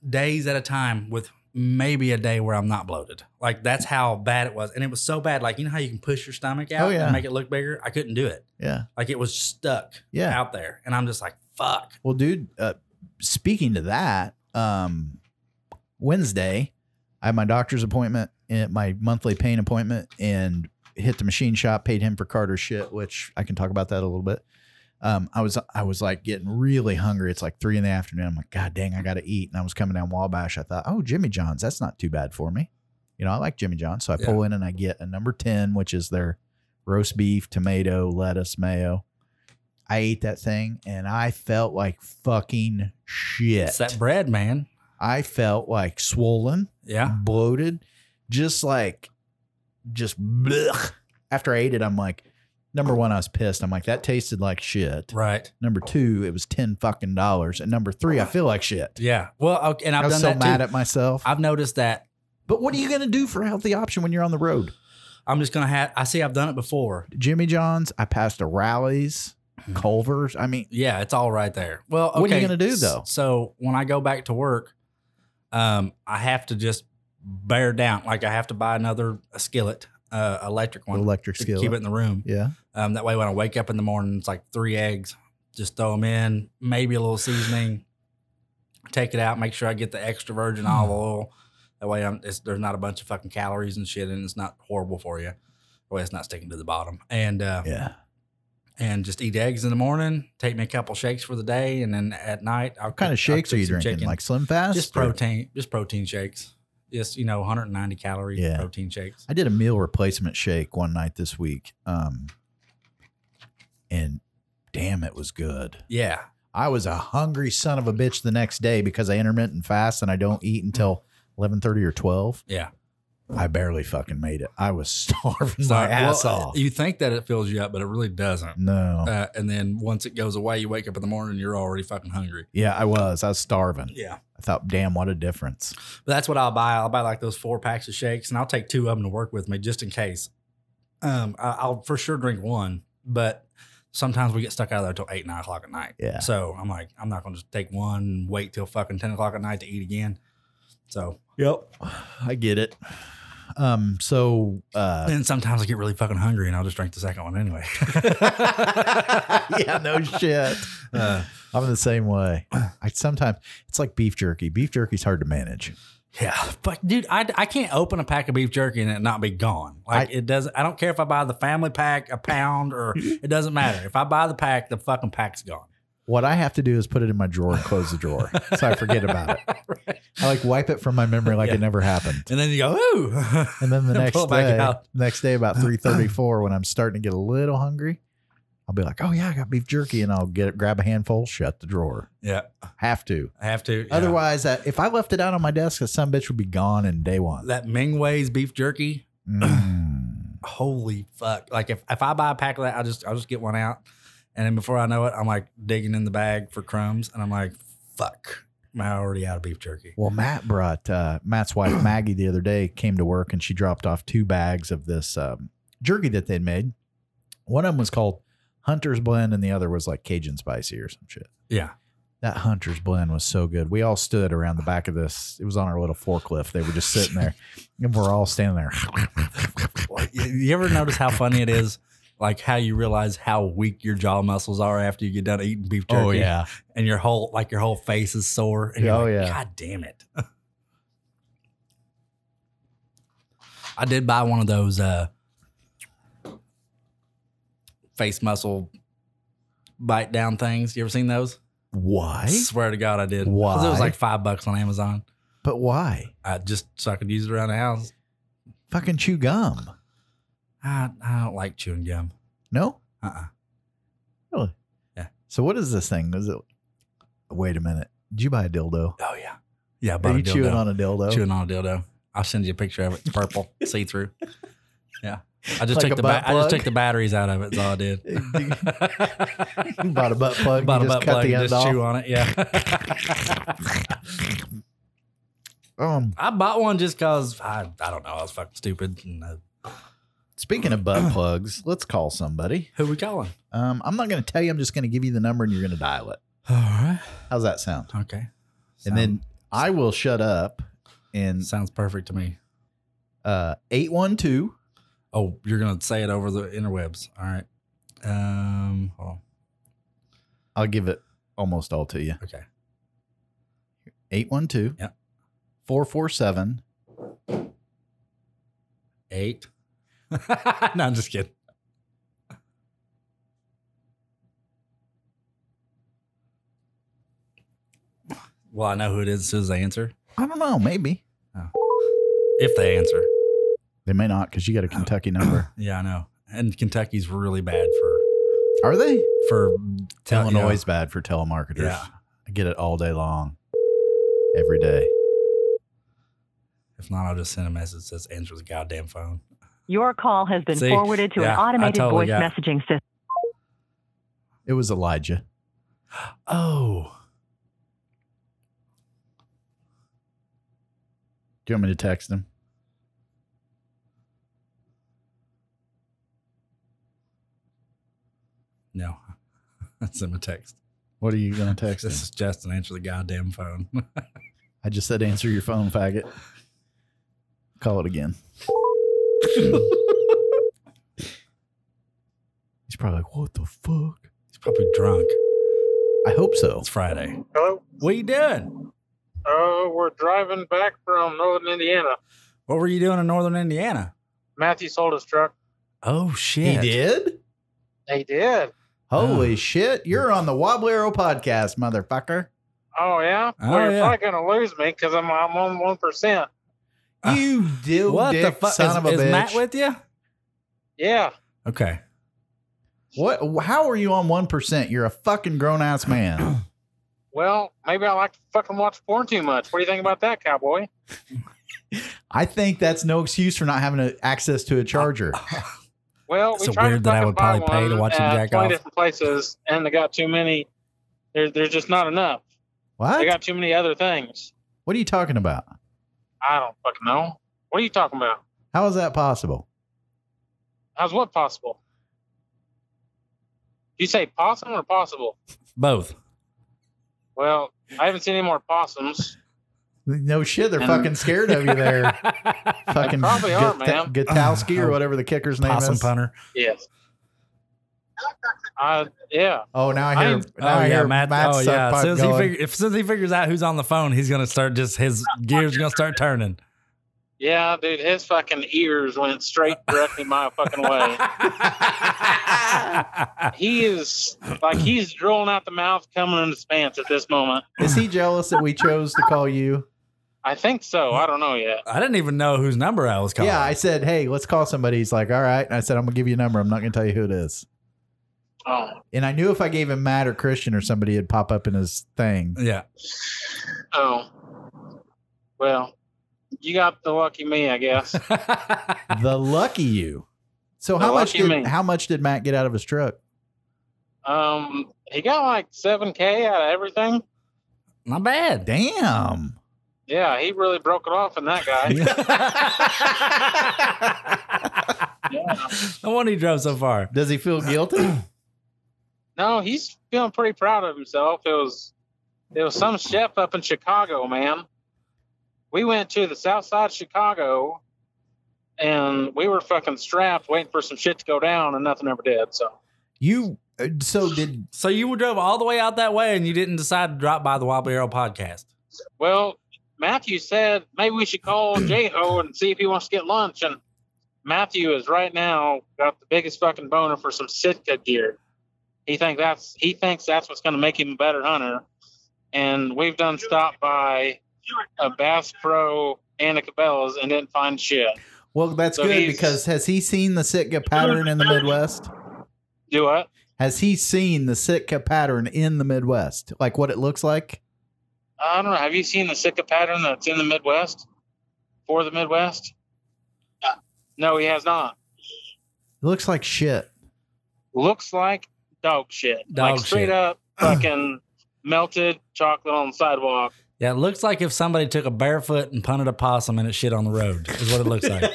Speaker 14: days at a time with maybe a day where I'm not bloated. Like that's how bad it was. And it was so bad. Like, you know how you can push your stomach out
Speaker 8: Oh, yeah.
Speaker 14: and make it look bigger? I couldn't do it.
Speaker 8: Yeah.
Speaker 14: Like it was stuck
Speaker 8: Yeah.
Speaker 14: out there. And I'm just like, fuck.
Speaker 8: Well, dude, uh, speaking to that, um, Wednesday, I had my doctor's appointment, and my monthly pain appointment, and hit the machine shop, paid him for Carter's shit, which I can talk about that a little bit. Um, I was I was like getting really hungry. It's like three in the afternoon. I'm like, God dang, I gotta eat. And I was coming down Wabash. I thought, oh, Jimmy John's, that's not too bad for me. You know, I like Jimmy John's. So I pull in and I get a number 10, which is their roast beef, tomato, lettuce, mayo. I ate that thing and I felt like fucking shit.
Speaker 14: It's that bread, man.
Speaker 8: I felt like swollen,
Speaker 14: Yeah.
Speaker 8: bloated, just like just blech. after I ate it, I'm like, number one, I was pissed. I'm like, that tasted like shit.
Speaker 14: Right.
Speaker 8: Number two, it was ten fucking dollars, and number three, I feel like shit.
Speaker 14: Yeah. Well, okay, and I've
Speaker 8: I was
Speaker 14: done
Speaker 8: so
Speaker 14: that
Speaker 8: mad
Speaker 14: too.
Speaker 8: at myself.
Speaker 14: I've noticed that.
Speaker 8: But what are you gonna do for a healthy option when you're on the road?
Speaker 14: I'm just gonna have. I see. I've done it before.
Speaker 8: Jimmy John's. I passed a Rallies,
Speaker 14: Mm-hmm.
Speaker 8: Culver's. I mean,
Speaker 14: Yeah, it's all right there. Well,
Speaker 8: What are you
Speaker 14: okay,
Speaker 8: gonna do,
Speaker 14: s-
Speaker 8: though?
Speaker 14: So when I go back to work, um, I have to just bear down. Like I have to buy another a skillet, uh, electric one,
Speaker 8: electric
Speaker 14: to
Speaker 8: skillet.
Speaker 14: keep it in the room.
Speaker 8: yeah.
Speaker 14: Um, that way, when I wake up in the morning, it's like three eggs. Just throw them in, maybe a little seasoning. Take it out. Make sure I get the extra virgin
Speaker 8: Hmm.
Speaker 14: olive oil. That way, I'm, it's, there's not a bunch of fucking calories and shit, and it's not horrible for you. That way, it's not sticking to the bottom. And uh,
Speaker 8: Yeah.
Speaker 14: and just eat eggs in the morning. Take me a couple shakes for the day, and then at night, I'll
Speaker 8: What kind of shakes are you drinking? Like Slim Fast?
Speaker 14: just
Speaker 8: or-
Speaker 14: protein, just protein shakes. Just you know, 190 calorie
Speaker 8: Yeah.
Speaker 14: protein shakes.
Speaker 8: I did a meal replacement shake one night this week. Um, and damn, it was good.
Speaker 14: Yeah,
Speaker 8: I was a hungry son of a bitch the next day because I intermittent fast and I don't eat until 11:30 or 12.
Speaker 14: yeah.
Speaker 8: I barely fucking made it. I was <laughs> starving
Speaker 14: So,
Speaker 8: my ass
Speaker 14: well, uh,
Speaker 8: off.
Speaker 14: You think that it fills you up, but it really doesn't.
Speaker 8: No.
Speaker 14: Uh, and then once it goes away, you wake up in the morning, you're already fucking hungry.
Speaker 8: yeah, I was. I was starving.
Speaker 14: Yeah.
Speaker 8: I thought, damn, what a difference.
Speaker 14: But that's what I'll buy. I'll buy like those four packs of shakes, and I'll take two of them to work with me just in case. Um, I, I'll for sure drink one, but sometimes we get stuck out of there till eight, nine o'clock at night.
Speaker 8: Yeah.
Speaker 14: So I'm like, I'm not going to just take one and wait till fucking ten o'clock at night to eat again. So
Speaker 8: Yep. I get it. Um, so uh
Speaker 14: and sometimes I get really fucking hungry, and I'll just drink the second one anyway.
Speaker 8: <laughs>
Speaker 14: <laughs>
Speaker 8: yeah, no shit.
Speaker 14: Uh,
Speaker 8: I'm the same way. I sometimes it's like beef jerky. Beef jerky's hard to manage.
Speaker 14: Yeah, but dude, I, I can't open a pack of beef jerky and it not be gone. Like it doesn't. I don't care if I buy the family pack, a
Speaker 8: <laughs>
Speaker 14: pound, or it doesn't matter. If I buy the pack, the fucking pack's gone.
Speaker 8: What I have to do is put it in my drawer and close the drawer so I forget about it.
Speaker 14: <laughs>
Speaker 8: I like wipe it from my memory like it never happened.
Speaker 14: And then you go, ooh.
Speaker 8: And then the
Speaker 14: Pull
Speaker 8: next
Speaker 14: it back
Speaker 8: day,
Speaker 14: out. Uh-huh.
Speaker 8: next day about 3:34 when I'm starting to get a little hungry, I'll be like, "Oh yeah, I got beef jerky," and I'll get it, grab a handful, shut the drawer.
Speaker 14: <laughs> Yeah,
Speaker 8: Have to.
Speaker 14: I have to. yeah.
Speaker 8: Otherwise, that, if I left it out on my desk, that some bitch would be gone in day one. Mm.
Speaker 14: that Ming Way's beef jerky. Holy fuck! Like if, if I buy a pack of that, I just I'll just get one out, and then before I know it, I'm like digging in the bag for crumbs, and I'm like, fuck, am I already out of beef jerky?
Speaker 8: Well, Matt brought uh, Matt's
Speaker 14: <clears throat>
Speaker 8: wife Maggie the other day came to work and she dropped off two bags of this um, jerky that they'd made. One of them was called Hunter's Blend and the other was like Cajun Spicy or some shit.
Speaker 14: Yeah.
Speaker 8: That Hunter's Blend was so good. We all stood around the back of this. It was on our little forklift. They were just sitting
Speaker 14: <laughs>
Speaker 8: there and we're all standing there.
Speaker 14: you, you ever notice how funny it is? Like how you realize how weak your jaw muscles are after you get done eating beef jerky.
Speaker 8: Oh, yeah.
Speaker 14: and your whole like your whole face is sore. And
Speaker 8: Oh,
Speaker 14: you're like,
Speaker 8: yeah.
Speaker 14: God damn it! <laughs> I did buy one of those uh, face muscle bite down things. You ever seen those?
Speaker 8: Why?
Speaker 14: swear to God, I did. 'Cause It
Speaker 8: Why?
Speaker 14: was like five bucks on Amazon.
Speaker 8: But why?
Speaker 14: I just so I could use it around the house.
Speaker 8: Fucking chew gum.
Speaker 14: I, I don't like chewing gum.
Speaker 8: No?
Speaker 14: Uh uh
Speaker 8: Really?
Speaker 14: Yeah.
Speaker 8: So what is this thing? Is it wait a minute. Did you buy a dildo?
Speaker 14: Oh yeah. Yeah, I bought
Speaker 8: Are
Speaker 14: a
Speaker 8: you chewing
Speaker 14: dildo.
Speaker 8: on a dildo?
Speaker 14: Chewing on a dildo. I'll send you a picture of it. It's
Speaker 8: <laughs>
Speaker 14: purple, see through. Yeah. I just
Speaker 8: Like a
Speaker 14: took the ba-
Speaker 8: butt
Speaker 14: I
Speaker 8: plug?
Speaker 14: just took the batteries out of it. That's all I did.
Speaker 8: <laughs> Uh, You bought a butt plug.
Speaker 14: Bought a
Speaker 8: you just
Speaker 14: butt
Speaker 8: cut
Speaker 14: plug
Speaker 8: the
Speaker 14: and
Speaker 8: end
Speaker 14: just
Speaker 8: off.
Speaker 14: chew on it. Yeah. <laughs>
Speaker 8: Um,
Speaker 14: I bought one just cause I, I don't know. I was fucking stupid. And, uh,
Speaker 8: speaking of butt plugs, let's call somebody.
Speaker 14: who we calling?
Speaker 8: Um, I'm not going to tell you. I'm just going to give you the number and you're going to dial it.
Speaker 14: All right.
Speaker 8: How's that sound?
Speaker 14: Okay.
Speaker 8: and then I will shut up. And
Speaker 14: Sounds perfect to me.
Speaker 8: uh, eight one two.
Speaker 14: Oh, you're gonna say it over the interwebs. All right. Um hold on.
Speaker 8: I'll give it almost all to you.
Speaker 14: Okay.
Speaker 8: Eight one two.
Speaker 14: Yep.
Speaker 8: Four four seven.
Speaker 14: Eight. <laughs> no, I'm just kidding. Well, I know who it is as soon as they answer.
Speaker 8: I don't know. Maybe
Speaker 14: If they answer.
Speaker 8: they may not because you got a Kentucky number.
Speaker 14: Yeah, I know. And Kentucky's really bad for
Speaker 8: Are they?
Speaker 14: for tel- you know,
Speaker 8: Illinois is bad for telemarketers.
Speaker 14: Yeah.
Speaker 8: I get it all day long, every day.
Speaker 14: If not, I'll just send a message that says answer the goddamn phone.
Speaker 6: Your call has been
Speaker 8: See?
Speaker 6: forwarded to
Speaker 8: Yeah,
Speaker 6: an
Speaker 8: I
Speaker 6: automated
Speaker 8: totally
Speaker 6: voice
Speaker 8: got it.
Speaker 6: messaging system.
Speaker 8: It was Elijah.
Speaker 14: Oh.
Speaker 8: Do you want me to text him?
Speaker 14: No. <laughs> That's in my text.
Speaker 8: What are you going to text him?
Speaker 14: This is Justin. Answer the goddamn phone. <laughs>
Speaker 8: I just said answer your phone, faggot. Call it again. He's probably like, what the fuck?
Speaker 14: He's probably drunk.
Speaker 8: I hope so.
Speaker 14: It's Friday.
Speaker 15: Hello.
Speaker 14: What you doing?
Speaker 15: Uh, we're driving back from Northern Indiana.
Speaker 14: What were you doing in northern Indiana?
Speaker 15: Matthew sold his truck.
Speaker 14: Oh, shit. Ah.
Speaker 8: He did?
Speaker 15: He did.
Speaker 8: Holy shit. You're on the Wobble Arrow podcast, motherfucker.
Speaker 15: Oh yeah.
Speaker 8: Oh,
Speaker 15: well,
Speaker 8: yeah.
Speaker 15: you're probably gonna lose me because I'm I'm on one percent.
Speaker 8: You do.
Speaker 14: Ah. What the
Speaker 8: dick
Speaker 14: fuck?
Speaker 8: son
Speaker 14: is,
Speaker 8: of a
Speaker 14: is Matt
Speaker 8: bitch.
Speaker 14: with you?
Speaker 15: Yeah.
Speaker 8: <laughs>
Speaker 14: Okay.
Speaker 8: What? How are you on 1%? You're a fucking grown ass
Speaker 14: <clears throat>
Speaker 8: man.
Speaker 15: Well, maybe I like to fucking watch porn too much. What do you think about that, cowboy?
Speaker 8: I think that's no excuse for not having a, access to a charger.
Speaker 15: Well, we
Speaker 8: So
Speaker 15: tried
Speaker 8: weird
Speaker 15: to
Speaker 8: that I
Speaker 15: fucking
Speaker 8: would
Speaker 15: buy
Speaker 8: probably pay
Speaker 15: one
Speaker 8: to watch him
Speaker 15: at
Speaker 8: jack
Speaker 15: twenty
Speaker 8: off.
Speaker 15: different places, and they got too many. There, there's just not enough.
Speaker 8: What?
Speaker 15: They got too many other things.
Speaker 8: What are you talking about?
Speaker 15: I don't fucking know. What are you talking about?
Speaker 8: How is that possible?
Speaker 15: How's what possible? Did you say possum or possible?
Speaker 14: Both.
Speaker 15: Well, I haven't seen any more possums.
Speaker 8: No shit, they're fucking scared of
Speaker 15: <laughs>
Speaker 8: you there. fucking
Speaker 15: probably are,
Speaker 8: Gut-
Speaker 15: ma'am.
Speaker 8: Gutowski or whatever the kicker's name
Speaker 14: Oh, Possum
Speaker 8: is.
Speaker 14: punter.
Speaker 15: Yes. Uh, yeah.
Speaker 8: Oh, now I
Speaker 15: I
Speaker 8: hear.
Speaker 15: am-
Speaker 8: now
Speaker 14: oh
Speaker 8: I
Speaker 14: yeah,
Speaker 8: hear
Speaker 14: Matt.
Speaker 8: Matt's
Speaker 14: oh yeah. As
Speaker 8: suckpipe
Speaker 14: soon as, he
Speaker 8: going.
Speaker 14: figure, if, as soon as he figures out who's on the phone, he's gonna start just his gears gonna start turning.
Speaker 15: Yeah, dude, his fucking ears went
Speaker 8: <laughs>
Speaker 15: straight directly my fucking way. he is like he's drilling out the mouth, coming in his pants at this moment.
Speaker 8: Is he jealous that we chose to call
Speaker 14: <laughs>
Speaker 8: you?
Speaker 15: I think so. I don't know yet.
Speaker 14: I didn't even know whose number I was calling.
Speaker 8: Yeah, I said, hey, let's call somebody. He's like, all right. And I said, I'm gonna give you a number. I'm not gonna tell you who it is.
Speaker 15: Oh,
Speaker 8: And I knew if I gave him Matt or Christian or somebody, it'd pop up in his thing.
Speaker 14: <laughs> Yeah.
Speaker 15: oh. Well, you got the lucky me, I guess.
Speaker 14: <laughs>
Speaker 8: the lucky you. So
Speaker 15: The
Speaker 8: how much
Speaker 15: lucky
Speaker 8: did
Speaker 15: me.
Speaker 8: how much did Matt get out of his truck?
Speaker 15: um, he got like seven k out of everything.
Speaker 14: Not bad.
Speaker 8: Damn.
Speaker 15: Yeah, he really broke it off in that
Speaker 14: <laughs>
Speaker 15: guy.
Speaker 14: No wonder he drove so far.
Speaker 8: Does he
Speaker 14: <clears throat>
Speaker 8: feel guilty?
Speaker 15: No, he's feeling pretty proud of himself. It was it was some chef up in Chicago, man. We went to the south side of Chicago and we were fucking strapped waiting for some shit to go down and nothing ever did. So
Speaker 8: You uh, so did
Speaker 14: so you drove all the way out that way and you didn't decide to drop by the Wobbly Arrow podcast.
Speaker 15: well, Matthew said maybe we should call J Ho and see if he wants to get lunch and Matthew is right now got the biggest fucking boner for some Sitka gear. He think that's he thinks that's what's gonna make him a better hunter. And we've done stopped by a Bass Pro and a Cabela's and didn't find shit.
Speaker 8: Well, that's
Speaker 15: So
Speaker 8: good
Speaker 15: he's-
Speaker 8: because has he seen the Sitka pattern in the Midwest?
Speaker 15: Do what?
Speaker 8: Has he seen the Sitka pattern in the Midwest? Like what it looks like?
Speaker 15: I don't know. Have you seen the Sitka pattern that's in the Midwest? For the Midwest? No, he has not.
Speaker 8: It looks like shit.
Speaker 15: Looks like dog shit.
Speaker 14: Dog
Speaker 15: like straight
Speaker 14: shit. <sighs>
Speaker 15: up fucking melted chocolate on the sidewalk.
Speaker 14: Yeah, it looks like if somebody took a barefoot and punted a possum and it shit on the road is what it looks
Speaker 15: <laughs>
Speaker 14: like.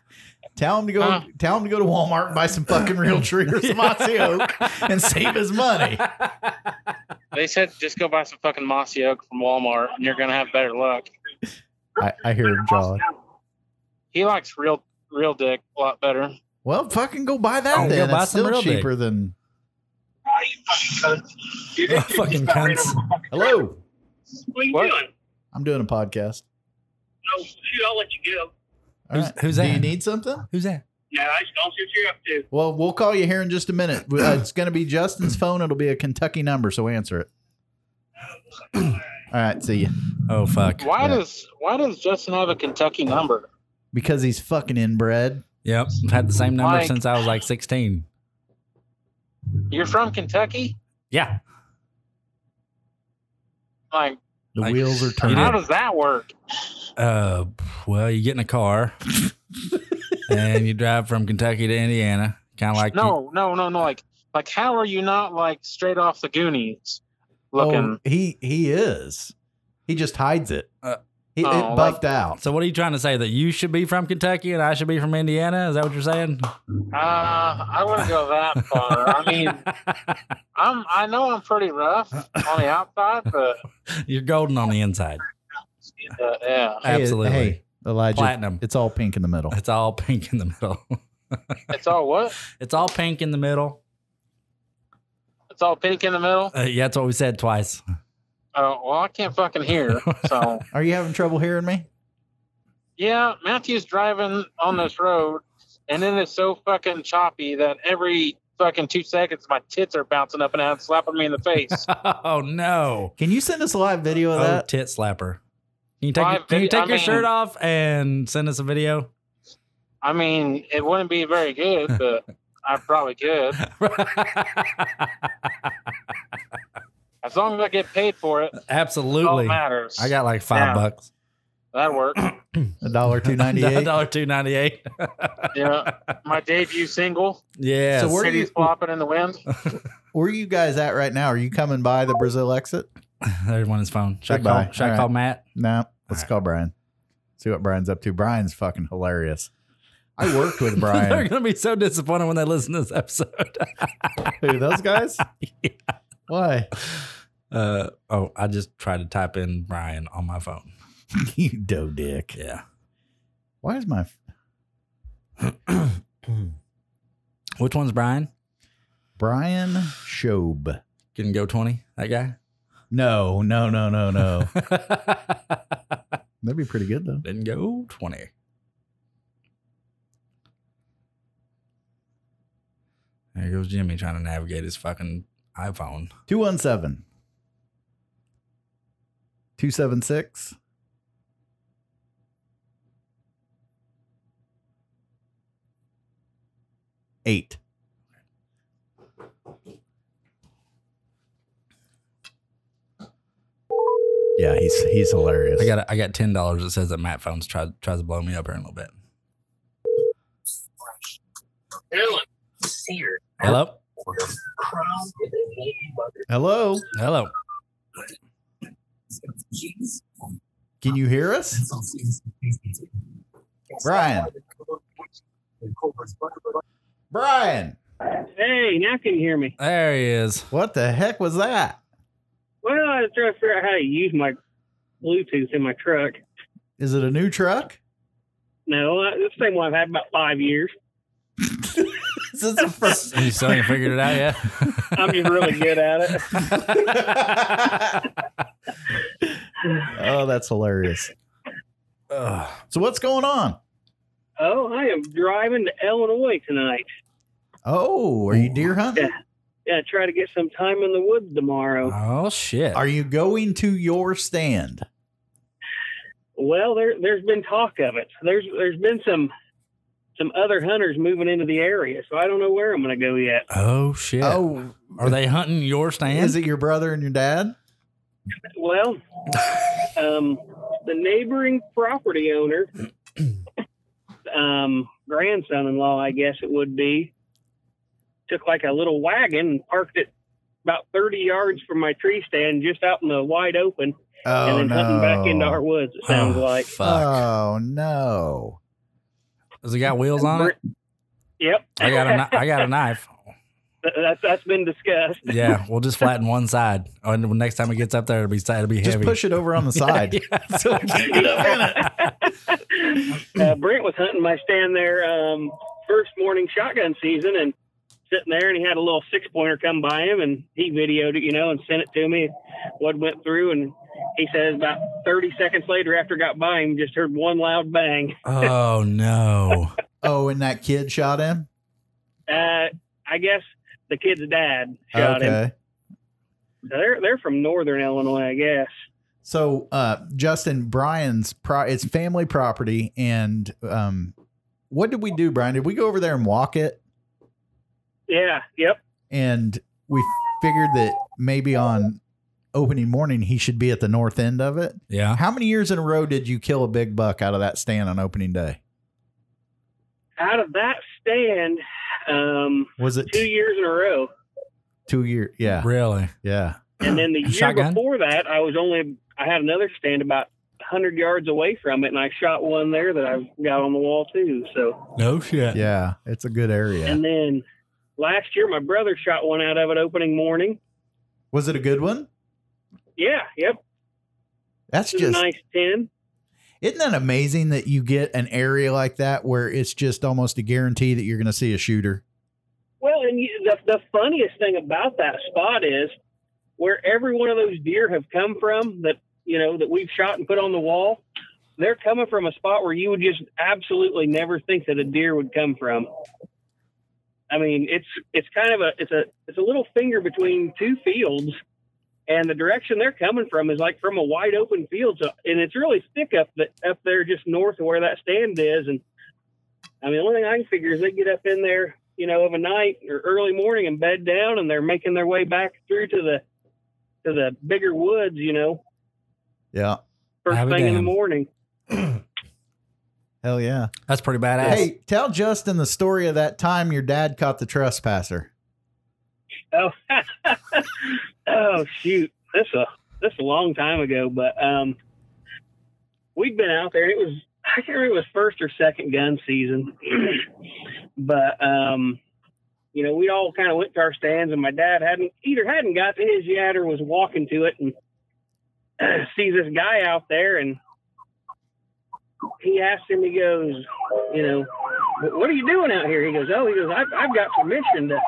Speaker 14: <laughs>
Speaker 8: Tell him to go. Tell him to go to Walmart and buy some
Speaker 15: <laughs>
Speaker 8: fucking real tree or some mossy oak and save his
Speaker 14: <laughs>
Speaker 8: money.
Speaker 15: They said just go buy some fucking mossy oak from Walmart and you're gonna have better luck.
Speaker 8: I, I hear him jawing.
Speaker 15: He likes real real dick a lot better.
Speaker 8: Well, fucking go buy that
Speaker 15: Oh,
Speaker 8: then.
Speaker 15: go buy
Speaker 8: it's
Speaker 15: some
Speaker 8: still
Speaker 15: real dick.
Speaker 8: cheaper than
Speaker 14: fucking cunts.
Speaker 8: Hello.
Speaker 16: What are you doing?
Speaker 8: I'm doing a podcast.
Speaker 16: No, shoot, I'll let you go.
Speaker 8: All right.
Speaker 14: who's
Speaker 8: Do
Speaker 14: that?
Speaker 8: you need something?
Speaker 14: Who's that?
Speaker 16: Yeah, I just don't see what you're up to.
Speaker 8: Well, we'll call you here in just a minute. Uh, it's going to be Justin's phone. It'll be a Kentucky number, so answer it. <clears throat> All right, see you.
Speaker 14: Oh fuck.
Speaker 15: Why does why does Justin have a Kentucky number?
Speaker 8: Because he's fucking inbred.
Speaker 14: Yep. I've had the same number
Speaker 15: Like-
Speaker 14: since I was like 16.
Speaker 15: You're from Kentucky?
Speaker 14: Yeah.
Speaker 15: Like
Speaker 8: The wheels are
Speaker 15: how
Speaker 8: turning.
Speaker 15: does that work?
Speaker 14: Uh, well, you get in a car and you drive from Kentucky to Indiana, kind of like you-
Speaker 15: no, no, no, no. Like, like, how are you not like straight off the Goonies looking?
Speaker 8: Oh, he he is. He just hides it. He-
Speaker 15: oh,
Speaker 8: it
Speaker 15: like-
Speaker 8: buffed out.
Speaker 14: So what are you trying to say that you should be from Kentucky and I should be from Indiana? Is that what you're saying?
Speaker 15: Uh, I wouldn't go that far. Uh, I
Speaker 14: <laughs>
Speaker 15: mean, I'm I know I'm pretty rough on the outside, but
Speaker 14: You're golden on the inside.
Speaker 15: uh, yeah,
Speaker 8: Hey,
Speaker 14: Absolutely.
Speaker 8: Hey, Elijah.
Speaker 14: Platinum.
Speaker 8: It's all pink in the middle.
Speaker 14: It's all pink in the middle. <laughs>
Speaker 15: it's all what?
Speaker 14: It's all pink in the middle.
Speaker 15: It's all pink in the middle.
Speaker 14: Uh, yeah, that's what we said twice. <laughs>
Speaker 15: Oh, well, I can't fucking hear. So
Speaker 8: Are you having trouble hearing me?
Speaker 15: yeah, Matthew's driving on this road, and then it's so fucking choppy that every fucking two seconds my tits are bouncing up and down, slapping me in the face.
Speaker 14: Oh no!
Speaker 8: Can you send us a live video of
Speaker 14: Oh,
Speaker 8: that?
Speaker 14: tit slapper. Can you take
Speaker 15: Live
Speaker 14: your, can you
Speaker 15: video-
Speaker 14: take
Speaker 15: I
Speaker 14: your
Speaker 15: mean-
Speaker 14: shirt off and send us a video? <laughs>
Speaker 15: I mean, it wouldn't be very good, but I probably could. as long as I get paid for it,
Speaker 14: Absolutely.
Speaker 15: All matters.
Speaker 14: I got like five
Speaker 15: Oh, Yeah.
Speaker 14: bucks. <laughs>
Speaker 15: that works.
Speaker 8: A dollar two ninety eight.
Speaker 14: Dollar two ninety eight.
Speaker 15: yeah, my debut single.
Speaker 14: Yeah.
Speaker 8: So
Speaker 15: So
Speaker 8: where do
Speaker 15: cities
Speaker 8: you-
Speaker 15: flopping in the wind.
Speaker 8: Where are you guys at right now? Are you coming by the Brazil exit?
Speaker 14: <laughs> There's one on his phone. Should I
Speaker 8: Goodbye.
Speaker 14: call, should I
Speaker 8: All
Speaker 14: call
Speaker 8: right.
Speaker 14: Matt? <laughs>
Speaker 8: No, let's call Brian. See what Brian's up to. Brian's fucking hilarious. I worked with
Speaker 14: They're
Speaker 8: Brian.
Speaker 14: gonna be so disappointed when they listen to this episode. <laughs>
Speaker 8: Who, those guys? Why? <laughs>
Speaker 14: Uh, oh, I just tried to type in Brian on my phone.
Speaker 8: you doe dick.
Speaker 14: Yeah.
Speaker 8: Why is my
Speaker 14: Which one's Brian?
Speaker 8: Brian Shobe?
Speaker 14: Can go twenty. That guy.
Speaker 8: No, no, no, no,
Speaker 14: <laughs>
Speaker 8: no. That'd be pretty good though.
Speaker 14: Didn't go twenty. There goes Jimmy trying to navigate his fucking iPhone.
Speaker 8: 217 276 8 Yeah, he's he's hilarious.
Speaker 14: I got I got ten dollars that says that Matt phones tries tries to blow me up here in a little bit. Hello.
Speaker 8: Hello.
Speaker 14: Hello.
Speaker 8: Can you hear us? Brian. Brian.
Speaker 6: Hey, now can you hear me?
Speaker 14: There he is.
Speaker 8: What the heck was that?
Speaker 6: Well, I was trying to figure out how to use my Bluetooth in my truck.
Speaker 8: Is it a new
Speaker 6: <laughs>
Speaker 8: truck?
Speaker 6: No, uh, it's the same one I've had about five years.
Speaker 8: Since the first,
Speaker 14: You still ain't figured it out yet. <laughs>
Speaker 6: I'm just really good at it.
Speaker 8: <laughs> Oh, that's hilarious. So what's going on?
Speaker 6: Oh, I am driving to Illinois tonight.
Speaker 8: Oh, are you deer hunting?
Speaker 6: Yeah, try to get some time in the woods tomorrow.
Speaker 14: Oh shit.
Speaker 8: Are you going to your stand?
Speaker 6: Well, there there's been talk of it. There's there's been some some other hunters moving into the area, so I don't know where I'm going to go yet.
Speaker 14: Oh shit.
Speaker 8: Oh,
Speaker 14: Are they hunting your stand?
Speaker 8: is it your brother and your dad? <laughs>
Speaker 6: Well, um, the neighboring property
Speaker 8: <clears throat>
Speaker 6: owner, um, grandson-in-law, I guess it would be, took like a little wagon and parked it about 30 yards from my tree stand, just out in the wide open,
Speaker 8: Oh
Speaker 6: and then hunting back into
Speaker 8: no.
Speaker 6: our woods.
Speaker 8: <sighs>
Speaker 6: It sounds
Speaker 14: Oh,
Speaker 6: like.
Speaker 14: fuck.
Speaker 8: Oh no.
Speaker 14: Does it got wheels on it?
Speaker 6: Yep.
Speaker 14: I got a kni- I got a knife.
Speaker 6: That's that's been discussed.
Speaker 8: <laughs>
Speaker 14: Yeah, we'll just flatten one side. Oh, And next time it gets up there, it'll be it'll be
Speaker 8: Just
Speaker 14: heavy. <laughs>
Speaker 8: push it over on the side. <laughs> So we can't get up in it.
Speaker 6: <laughs> uh, Brent was hunting my stand there um, first morning shotgun season and sitting there, and he had a little six pointer come by him, and he videoed it, you know, and sent it to me. What went through, and he says about 30 seconds later, after it got by him, just heard one loud bang.
Speaker 14: Oh no.
Speaker 8: Oh, and that kid shot him.
Speaker 6: Uh, I guess the kid's dad shot him.
Speaker 8: Okay.
Speaker 6: So they're they're from northern Illinois, I guess.
Speaker 8: So, uh, Justin, Brian's pro- it's family property, and um, what did we do, Brian? Did we go over there and walk it?
Speaker 6: Yeah. Yep.
Speaker 8: and we figured that maybe on opening morning he should be at the north end of it.
Speaker 14: Yeah.
Speaker 8: How many years in a row did you kill a big buck out of that stand on opening day?
Speaker 6: out of that stand, um,
Speaker 8: Was it
Speaker 6: two years in a row.
Speaker 8: two year? Yeah.
Speaker 14: Really?
Speaker 8: Yeah.
Speaker 6: And
Speaker 8: <clears throat>
Speaker 6: then the year
Speaker 8: Shotgun?
Speaker 6: before that, I was only I had another stand about 100 yards away from it, and I shot one there that I've got on the wall too. So,
Speaker 14: No shit.
Speaker 8: Yeah, it's a good area.
Speaker 6: and then last year, my brother shot one out of it opening morning.
Speaker 8: Was it a good one?
Speaker 6: Yeah, yep,
Speaker 8: That's
Speaker 6: it was
Speaker 8: just
Speaker 6: a nice ten.
Speaker 8: Isn't that amazing that you get an area like that where it's just almost a guarantee that you're going to see a shooter?
Speaker 6: Well, and you, the, the funniest thing about that spot is where every one of those deer have come from that, you know, that we've shot and put on the wall, they're coming from a spot where you would just absolutely never think that a deer would come from. I mean, it's it's kind of a it's a it's a little finger between two fields, and the direction they're coming from is like from a wide open field, so, and it's really thick up the, up there just north of where that stand is, and I mean, the only thing I can figure is they get up in there, you know, of a night or early morning and bed down, and they're making their way back through to the to the bigger woods, you know,
Speaker 8: Yeah.
Speaker 6: first
Speaker 8: Have a
Speaker 6: thing in the
Speaker 8: damn.
Speaker 6: morning.
Speaker 8: Hell yeah.
Speaker 14: That's pretty badass.
Speaker 8: Hey, tell Justin the story of that time your dad caught the trespasser.
Speaker 6: <laughs> Oh, oh shoot! This a this a long time ago, but um, we'd been out there. It was I can't remember if it was first or second gun season, <clears throat> but um, you know, we all kind of went to our stands, and my dad hadn't either hadn't got to his yet or was walking to it, and <clears throat> sees this guy out there, and he asks him, he goes, you know, "Wh- what are you doing out here? He goes, oh, he goes, I've, I've got permission to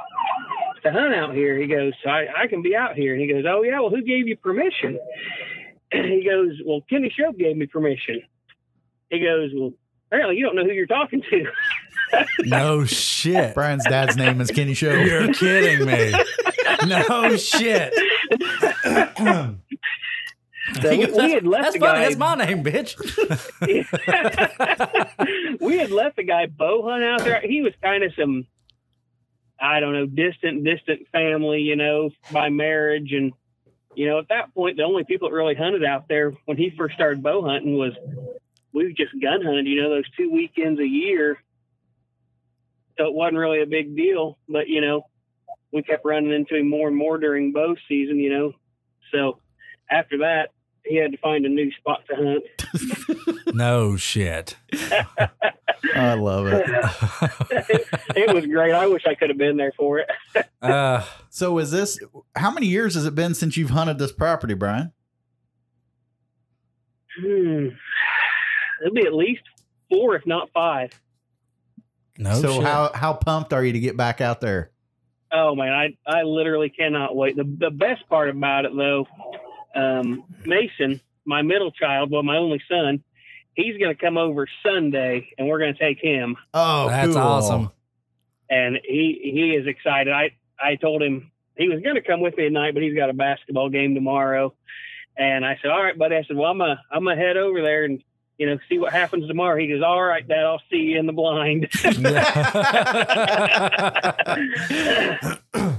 Speaker 6: to hunt out here. He goes, so I, I can be out here. And he goes, oh yeah, well, who gave you permission? <clears throat> he goes, well, Kenny Shope gave me permission. He goes, well, apparently you don't know who you're talking to.
Speaker 14: No shit.
Speaker 8: Brian's dad's name is Kenny Show.
Speaker 6: <laughs>
Speaker 14: You're
Speaker 8: <laughs>
Speaker 14: kidding me. No shit.
Speaker 6: So we, we had left
Speaker 14: That's
Speaker 6: the
Speaker 14: funny.
Speaker 6: guy-
Speaker 14: That's my name, bitch.
Speaker 6: <laughs>
Speaker 14: <laughs>
Speaker 6: we had left the guy bow hunt out there. He was kind of some, I don't know, distant, distant family, you know, by marriage. And, you know, at that point, the only people that really hunted out there when he first started bow hunting was we just gun hunted, you know, those two weekends a year. So it wasn't really a big deal. But, you know, we kept running into him more and more during bow season, you know. So after that, he had to find a new spot to hunt.
Speaker 14: No shit. <laughs>
Speaker 8: I love it.
Speaker 6: it was great. I wish I could have been there for it.
Speaker 14: Uh,
Speaker 8: so is this how many years has it been since you've hunted this property, Brian?
Speaker 6: Hmm. It'll be at least four, if not five.
Speaker 14: No.
Speaker 8: So
Speaker 14: Oh, shit.
Speaker 8: how how pumped are you to get back out there?
Speaker 6: Oh man, I I literally cannot wait. The the best part about it though, um, Mason, my middle child, well, my only son, he's going to come over Sunday, and we're going to take him.
Speaker 8: Oh,
Speaker 14: That's
Speaker 8: cool.
Speaker 14: awesome.
Speaker 8: <laughs>
Speaker 6: and he he is excited. I I told him he was going to come with me tonight, but he's got a basketball game tomorrow. And I said, "All right, buddy." I said, "Well, I'm gonna I'm gonna head over there and you know see what happens tomorrow." He goes, "All right, Dad. I'll see you in the blind."
Speaker 14: <laughs>
Speaker 6: so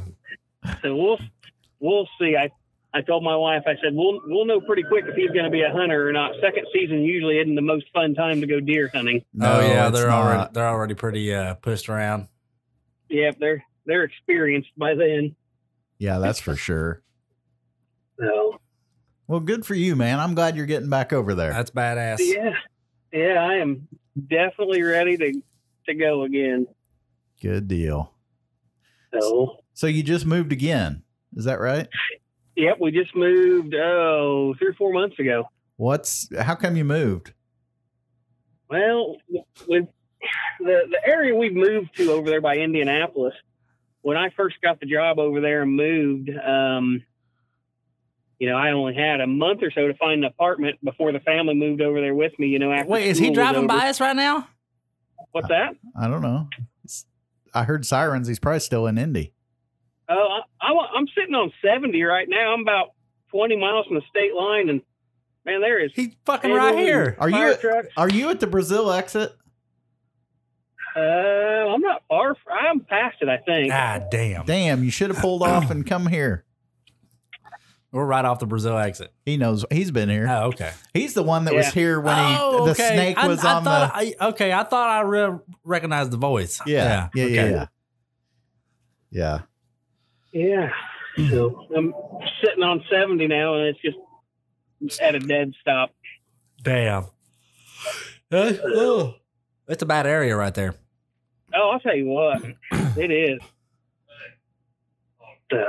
Speaker 6: we'll we'll see. I I told my wife, I said, "We'll we'll know pretty quick if he's going to be a hunter or not." Second season usually isn't the most fun time to go deer hunting.
Speaker 14: oh yeah,
Speaker 8: it's
Speaker 14: they're already
Speaker 8: not.
Speaker 14: they're already pretty uh, pushed around.
Speaker 6: Yeah, they're they're experienced by then.
Speaker 8: Yeah, that's for sure.
Speaker 6: So
Speaker 8: Well, good for you, man. I'm glad you're getting back over there.
Speaker 14: That's badass.
Speaker 6: yeah, yeah, I am definitely ready to to go again.
Speaker 8: Good deal.
Speaker 6: So
Speaker 8: So you just moved again. Is that right?
Speaker 6: yep, we just moved oh three or four months ago.
Speaker 8: What's how come you moved?
Speaker 6: Well, with the the area we've moved to over there by Indianapolis, when I first got the job over there and moved, um, you know, I only had a month or so to find an apartment before the family moved over there with me. You know, after
Speaker 14: Wait, is he
Speaker 6: school was
Speaker 14: driving
Speaker 6: over.
Speaker 14: by us right now?
Speaker 6: What's that?
Speaker 8: I don't know. It's- I heard sirens. He's probably still in Indy.
Speaker 6: Oh, I, I, am sitting on 70 right now. I'm about 20 miles from the state line, and man, there is
Speaker 14: He's fucking
Speaker 6: Hey,
Speaker 14: right
Speaker 6: dude.
Speaker 14: here.
Speaker 8: Are
Speaker 6: fire
Speaker 8: you
Speaker 6: trucks.
Speaker 8: are you at the Brazil exit?
Speaker 6: Uh, I'm not far. fr- I'm past it, I think.
Speaker 14: God Ah, damn.
Speaker 8: Damn, you should have pulled off and come here.
Speaker 14: We're right off the Brazil exit.
Speaker 8: He knows. He's been here.
Speaker 14: Oh, okay.
Speaker 8: He's the one that was here when he
Speaker 14: Oh,
Speaker 8: the
Speaker 14: okay.
Speaker 8: snake
Speaker 14: I-
Speaker 8: was
Speaker 14: I
Speaker 8: on
Speaker 14: thought
Speaker 8: the.
Speaker 14: I, okay, I thought I re- recognized the voice.
Speaker 8: yeah, yeah, yeah,
Speaker 14: okay.
Speaker 8: yeah, yeah.
Speaker 6: Yeah. So I'm sitting on 70 now, and it's just at a dead stop.
Speaker 14: Damn. That's, oh, that's a bad area right there.
Speaker 6: Oh, I'll tell you what, it is. So,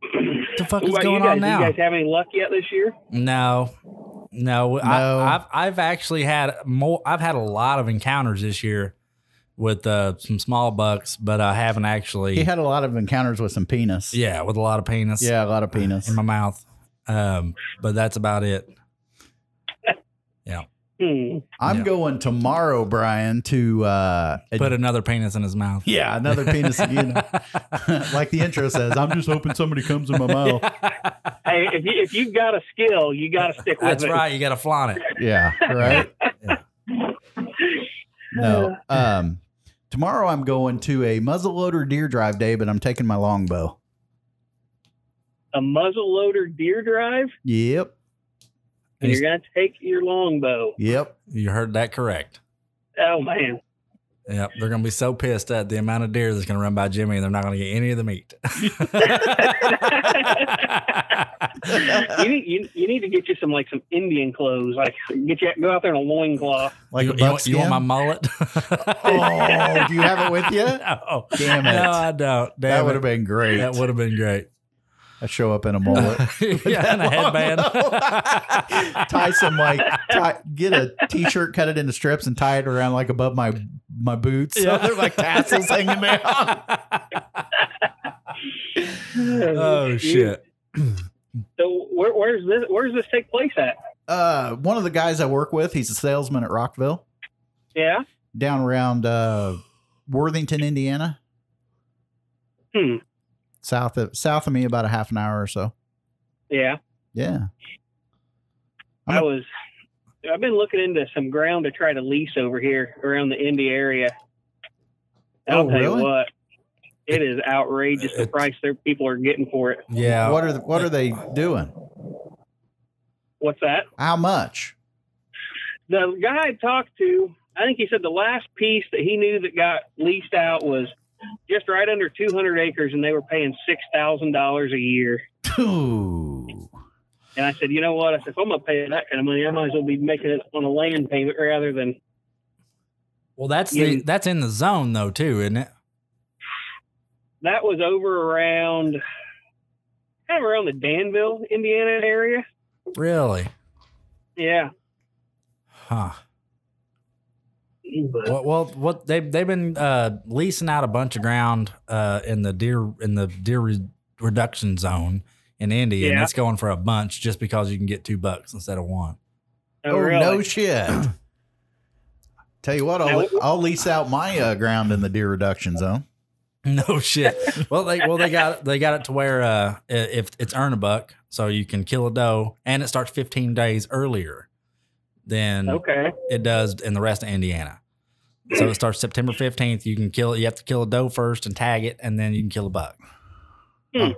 Speaker 14: What the fuck
Speaker 6: What
Speaker 14: is
Speaker 6: about you
Speaker 14: going
Speaker 6: guys?
Speaker 14: on now?
Speaker 6: Do you guys have any luck yet this year?
Speaker 14: No, no. I, I've I've actually had more. I've had a lot of encounters this year with uh, some small bucks, but I haven't actually.
Speaker 8: He had a lot of encounters with some penis.
Speaker 14: yeah, with a lot of penis.
Speaker 8: Yeah, a lot of penis
Speaker 14: in my mouth. Um, but that's about it. Yeah.
Speaker 8: I'm
Speaker 6: Hmm.
Speaker 14: Yeah.
Speaker 8: going tomorrow, Brian, to uh,
Speaker 14: Put another penis in his mouth. <laughs>
Speaker 8: yeah, another penis. You know, <laughs> like the intro says, I'm just hoping somebody comes in my mouth.
Speaker 6: Hey, if, you, if you've got a skill, you got to stick with
Speaker 14: <laughs> That's
Speaker 6: it.
Speaker 14: right. You got to flaunt it.
Speaker 8: Yeah, right. No. Um, tomorrow I'm going to a muzzleloader deer drive day, but I'm taking my longbow.
Speaker 6: A muzzle loader deer drive,
Speaker 8: Yep.
Speaker 6: and you're going to take your longbow.
Speaker 8: Yep.
Speaker 14: You heard that correct.
Speaker 6: Oh,
Speaker 14: <laughs>
Speaker 6: man.
Speaker 14: Yep. They're gonna be so pissed at the amount of deer that's gonna run by Jimmy, and they're not gonna get any of the meat. <laughs>
Speaker 6: you, need, you, you need to get you some, like, some Indian clothes. Like, get you, go out there in a loincloth.
Speaker 8: <laughs> Like
Speaker 14: you,
Speaker 8: a
Speaker 14: you want, you
Speaker 8: buckskin?
Speaker 14: want my mullet? <laughs>
Speaker 8: Oh, do you have it with you?
Speaker 14: no.
Speaker 8: <laughs> Damn it.
Speaker 14: No, I don't. Damn
Speaker 8: that
Speaker 14: it.
Speaker 8: would have been great.
Speaker 14: That would have been great. <laughs>
Speaker 8: I show up in a mullet.
Speaker 14: yeah, and a headband.
Speaker 8: tie some like tie, get a t-shirt, cut it into strips, and tie it around like above my my boots. So <laughs>
Speaker 14: Yeah.
Speaker 8: they're like tassels hanging down.
Speaker 14: <laughs> oh shit.
Speaker 6: So, where, where's this? Where's this take place at?
Speaker 8: Uh, one of the guys I work with, he's a salesman at Rockville,
Speaker 6: Yeah.
Speaker 8: down around uh, Worthington, Indiana.
Speaker 6: Hmm.
Speaker 8: South of south of me, about a half an hour or so.
Speaker 6: Yeah.
Speaker 8: Yeah.
Speaker 6: I was. I've been looking into some ground to try to lease over here around the Indy area.
Speaker 8: Oh,
Speaker 6: I'll tell
Speaker 8: really?
Speaker 6: you what, it is outrageous the price their people are getting for it.
Speaker 14: Yeah.
Speaker 8: <laughs> What are the, what are they doing?
Speaker 6: What's that?
Speaker 8: How much?
Speaker 6: The guy I talked to, I think he said the last piece that he knew that got leased out was just right under 200 acres, and they were paying six thousand dollars a year.
Speaker 8: Ooh.
Speaker 6: And I said, you know what? I said, if I'm gonna pay that kind of money, I might as well be making it on a land payment rather than
Speaker 14: Well, that's
Speaker 6: You-
Speaker 14: the, that's in the zone though too, isn't it?
Speaker 6: that was over around kind of around the Danville, Indiana area.
Speaker 14: Really?
Speaker 6: Yeah.
Speaker 14: Huh.
Speaker 6: But
Speaker 14: Well, well what they they've been uh, leasing out a bunch of ground uh, in the deer in the deer re- reduction zone in Indy, and
Speaker 6: Yeah.
Speaker 14: it's going for a bunch just because you can get two bucks instead of one. <laughs>
Speaker 6: Oh,
Speaker 8: Oh,
Speaker 6: really?
Speaker 8: no shit. <clears throat> Tell you what, I'll, I'll lease out my uh, ground in the deer reduction zone.
Speaker 14: No shit. well, they well they got they got it to where uh, i- if it's earn a buck, so you can kill a doe, and it starts 15 days earlier than
Speaker 6: Okay.
Speaker 14: it does in the rest of Indiana. So it starts September 15th. You can kill. You have to kill a doe first and tag it, and then you can kill a buck.
Speaker 6: Hmm.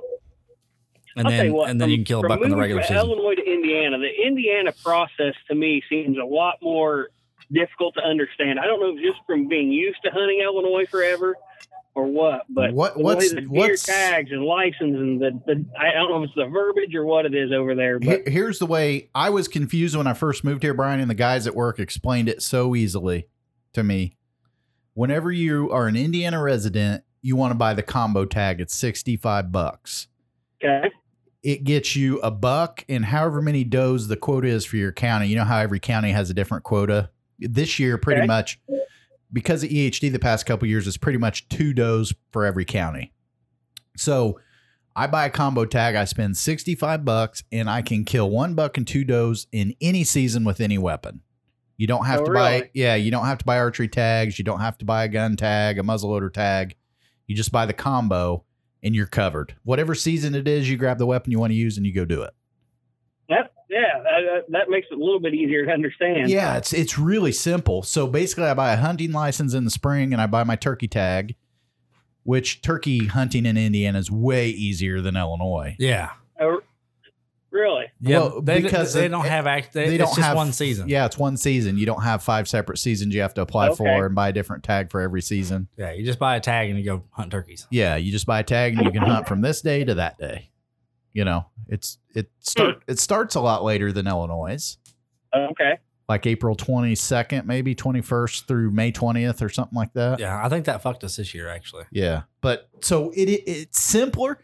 Speaker 14: And
Speaker 6: I'll tell
Speaker 14: then
Speaker 6: you what,
Speaker 14: and then
Speaker 6: from-
Speaker 14: you can kill a
Speaker 6: from uh,
Speaker 14: buck in the
Speaker 6: moving
Speaker 14: regular
Speaker 6: from
Speaker 14: season.
Speaker 6: Illinois to Indiana, the Indiana process to me seems a lot more difficult to understand. I don't know if just from being used to hunting Illinois forever or what, but
Speaker 8: What-
Speaker 6: the way
Speaker 8: what's-
Speaker 6: the deer
Speaker 8: what's-
Speaker 6: tags and license and the, the I don't know if it's the verbiage or what it is over there, but
Speaker 8: Here- Here's the way I was confused when I first moved here, Brian, and the guys at work explained it so easily to me. Whenever you are an Indiana resident, you want to buy the combo tag. It's 65 bucks.
Speaker 6: okay,
Speaker 8: It gets you a buck and however many does the quota is for your county. You know how every county has a different quota. This year, pretty
Speaker 6: Okay.
Speaker 8: much, because of EHD the past couple years, it's pretty much two does for every county. So I buy a combo tag, I spend 65 bucks, and I can kill one buck and two does in any season with any weapon. You don't have
Speaker 6: Oh,
Speaker 8: to buy
Speaker 6: really?
Speaker 8: yeah, you don't have to buy archery tags, you don't have to buy a gun tag, a muzzleloader tag. You just buy the combo and you're covered. Whatever season it is, you grab the weapon you want to use and you go do it.
Speaker 6: that yeah, that, that makes it a little bit easier to understand.
Speaker 8: Yeah, it's it's really simple. So basically, I buy a hunting license in the spring, and I buy my turkey tag, which turkey hunting in Indiana is way easier than Illinois.
Speaker 14: Yeah.
Speaker 6: Oh, really?
Speaker 14: Yeah,
Speaker 8: Well,
Speaker 14: they,
Speaker 8: because
Speaker 14: because they
Speaker 8: it-
Speaker 14: don't
Speaker 8: it-
Speaker 14: have act. They, it's just one season.
Speaker 8: Yeah, it's one season. You don't have five separate seasons you have to apply
Speaker 14: Okay.
Speaker 8: for and buy a different tag for every season.
Speaker 14: Yeah, you just buy a tag and you go hunt turkeys.
Speaker 8: Yeah, you just buy a tag and you can hunt from this day to that day. You know, it's it start it starts a lot later than Illinois.
Speaker 6: Okay.
Speaker 8: Like April 22nd, maybe 21st through May 20th or something like that.
Speaker 14: Yeah, I think that fucked us this year actually.
Speaker 8: Yeah. But so it, it it's simpler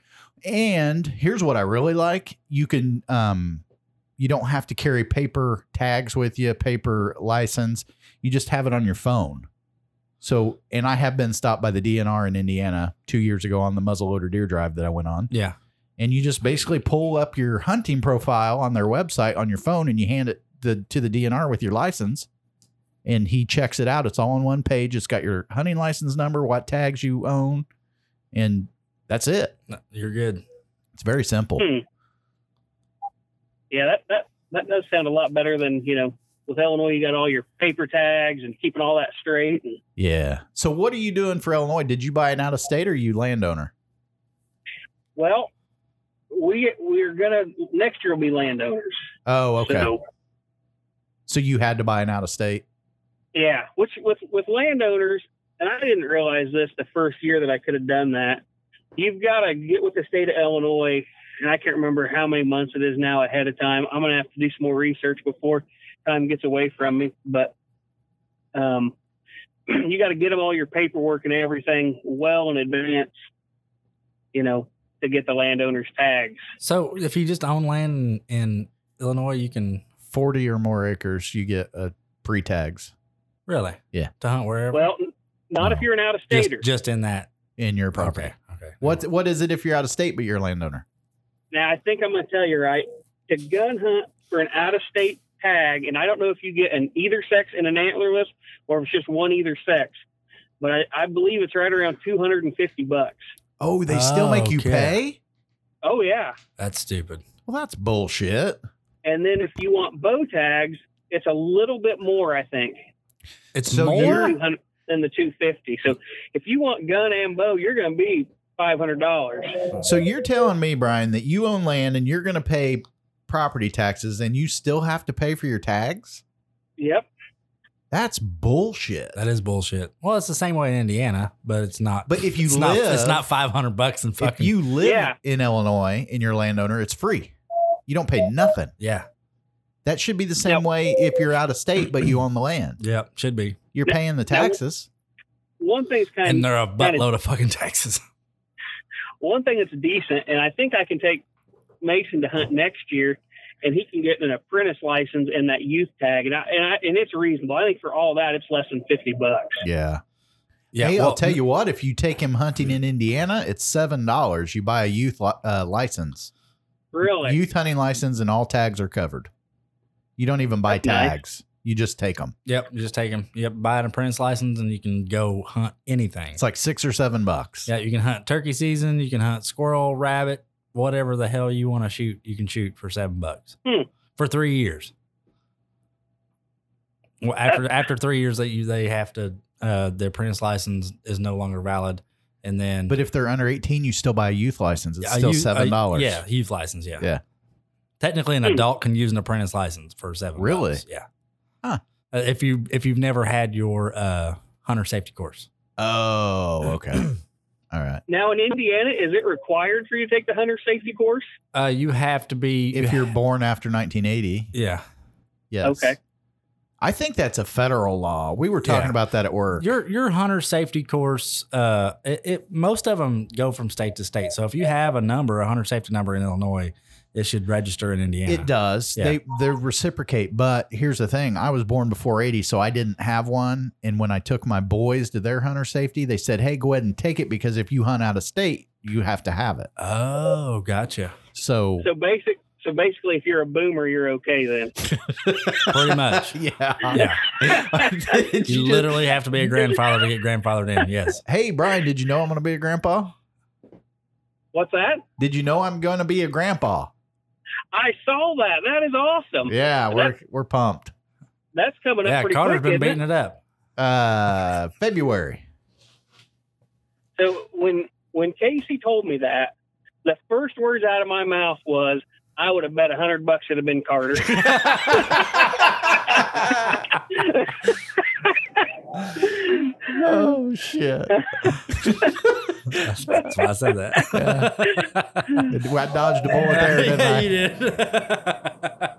Speaker 8: and here's what I really like. You can um you don't have to carry paper tags with you, paper license. You just have it on your phone. So, and I have been stopped by the DNR in Indiana 2 years ago on the muzzleloader deer drive that I went on.
Speaker 14: Yeah.
Speaker 8: And you just basically pull up your hunting profile on their website on your phone and you hand it the, to the DNR with your license and he checks it out. It's all on one page. It's got your hunting license number, what tags you own, and that's it.
Speaker 14: No, You're good.
Speaker 8: It's very simple.
Speaker 6: Hmm. Yeah, that, that that does sound a lot better than you know. With Illinois, you got all your paper tags and keeping all that straight. And
Speaker 8: Yeah. So what are you doing for Illinois? Did you buy an out of state or are you landowner?
Speaker 6: well, we we're gonna next year will be landowners.
Speaker 8: Oh, okay. So,
Speaker 6: So-
Speaker 8: you had to buy an out of state.
Speaker 6: Yeah, which with with landowners, and I didn't realize this the first year that I could have done that. You've got to get with the state of Illinois, and I can't remember how many months it is now ahead of time. I'm gonna have to do some more research before time gets away from me, but um, <clears throat> you got to get them all your paperwork and everything well in advance, you know, to get the landowner's tags.
Speaker 14: So if you just own land in, in Illinois, you can
Speaker 8: Forty or more acres, you get uh, pre tags.
Speaker 14: really
Speaker 8: Yeah.
Speaker 14: to hunt wherever.
Speaker 6: Well, n- not if you're an out of
Speaker 14: just,
Speaker 6: stater.
Speaker 14: just in that.
Speaker 8: In your property.
Speaker 14: Okay.
Speaker 8: What what is it if you're out of state but you're a landowner?
Speaker 6: Now, I think I'm going to tell you right. To gun hunt for an out of state tag, and I don't know if you get an either sex and an antlerless, or if it's just one either sex, but I, I believe it's right around 250 bucks.
Speaker 8: Oh, they still make you
Speaker 14: Okay.
Speaker 8: pay?
Speaker 6: Oh, yeah.
Speaker 14: That's stupid.
Speaker 8: Well, that's bullshit.
Speaker 6: And then if you want bow tags, it's a little bit more, I think,
Speaker 14: It's
Speaker 8: So
Speaker 6: than
Speaker 8: you're-
Speaker 6: the 200 than the 250. So if you want gun and bow, you're going to be $500.
Speaker 8: So you're telling me, Brian, that you own land and you're going to pay property taxes and you still have to pay for your tags?
Speaker 6: Yep.
Speaker 8: That's bullshit.
Speaker 14: That is bullshit. Well, it's the same way in Indiana, but it's not.
Speaker 8: But if you
Speaker 14: it's not,
Speaker 8: live-
Speaker 14: it's not five hundred bucks and
Speaker 8: If
Speaker 14: fucking
Speaker 8: you live
Speaker 6: Yeah.
Speaker 8: in Illinois and you're a landowner, it's free. You don't pay nothing.
Speaker 14: yeah,
Speaker 8: That should be the same way if you're out of state but you own the land.
Speaker 14: yeah, should be.
Speaker 8: You're paying the taxes.
Speaker 6: One thing's kind
Speaker 14: And they're a
Speaker 6: kinda-
Speaker 14: buttload of fucking <laughs> taxes.
Speaker 6: one thing that's decent, and I think I can take Mason to hunt next year, and he can get an apprentice license and that youth tag, and I, and, I, and it's reasonable. I think for all that, it's less than fifty bucks.
Speaker 8: Yeah.
Speaker 14: Yeah,
Speaker 8: hey, I'll
Speaker 14: well-
Speaker 8: tell you what. If you take him hunting in Indiana, it's seven dollars. You buy a youth li- uh, license,
Speaker 6: Really?
Speaker 8: youth hunting license, and all tags are covered. You don't even buy
Speaker 6: That's nice.
Speaker 8: tags. You just take them.
Speaker 14: <laughs> Yep, you just take them. Yep, buy an apprentice license and you can go hunt anything.
Speaker 8: It's like six or seven bucks.
Speaker 14: Yeah, you can hunt turkey season. You can hunt squirrel, rabbit, whatever the hell you want to shoot. You can shoot for seven bucks
Speaker 6: Hmm.
Speaker 14: for three years. Well, after after three years, that you they have to uh, the apprentice license is no longer valid, and then
Speaker 8: But if they're under eighteen, you still buy a youth license. It's
Speaker 14: a
Speaker 8: still
Speaker 14: youth- a-
Speaker 8: seven dollars.
Speaker 14: yeah, youth license. Yeah,
Speaker 8: Yeah.
Speaker 14: Technically, an adult can use an apprentice license for seven.
Speaker 8: Really?
Speaker 14: bucks, Yeah.
Speaker 8: Huh.
Speaker 14: Uh, if you if you've never had your uh, hunter safety course,
Speaker 8: Oh, okay. all right.
Speaker 6: Now in Indiana, is it required for you to take the hunter safety course?
Speaker 14: uh, you have to be
Speaker 8: If you're born after 1980,
Speaker 14: yeah.
Speaker 8: yes.
Speaker 6: Okay.
Speaker 8: I think that's a federal law. We were talking
Speaker 14: Yeah.
Speaker 8: about that at work.
Speaker 14: Your your hunter safety course, uh, it, it most of them go from state to state. So if you have a number, a hunter safety number in Illinois, it should register in Indiana.
Speaker 8: It does.
Speaker 14: Yeah.
Speaker 8: They they reciprocate. But here's the thing: I was born before eighty, so I didn't have one. And when I took my boys to their hunter safety, they said, "Hey, go ahead and take it because if you hunt out of state, you have to have it."
Speaker 14: Oh, gotcha.
Speaker 8: So,
Speaker 6: So basic. So basically, if you're a boomer, you're okay then.
Speaker 8: <laughs>
Speaker 14: Pretty much.
Speaker 8: yeah.
Speaker 14: yeah.
Speaker 8: <laughs> Did
Speaker 14: <laughs> You
Speaker 8: you just-
Speaker 14: literally have to be a grandfather to get grandfathered in. Yes.
Speaker 8: hey, Brian, did you know I'm going to be a grandpa?
Speaker 6: What's that?
Speaker 8: Did you know I'm going to be a grandpa?
Speaker 6: I saw that. That is awesome.
Speaker 8: Yeah, we're we're pumped.
Speaker 6: That's coming up
Speaker 14: Yeah.
Speaker 6: pretty
Speaker 14: Carter's
Speaker 6: quick.
Speaker 14: been
Speaker 6: isn't
Speaker 14: beating
Speaker 6: it?
Speaker 14: it up.
Speaker 8: Uh, February.
Speaker 6: So when when Casey told me that, the first words out of my mouth was, "I would have bet a hundred bucks it'd have been Carter."
Speaker 8: oh shit!
Speaker 14: That's why I
Speaker 8: <laughs>
Speaker 14: said that.
Speaker 8: I dodged a bullet there,
Speaker 14: <laughs>
Speaker 8: didn't I?
Speaker 14: you did.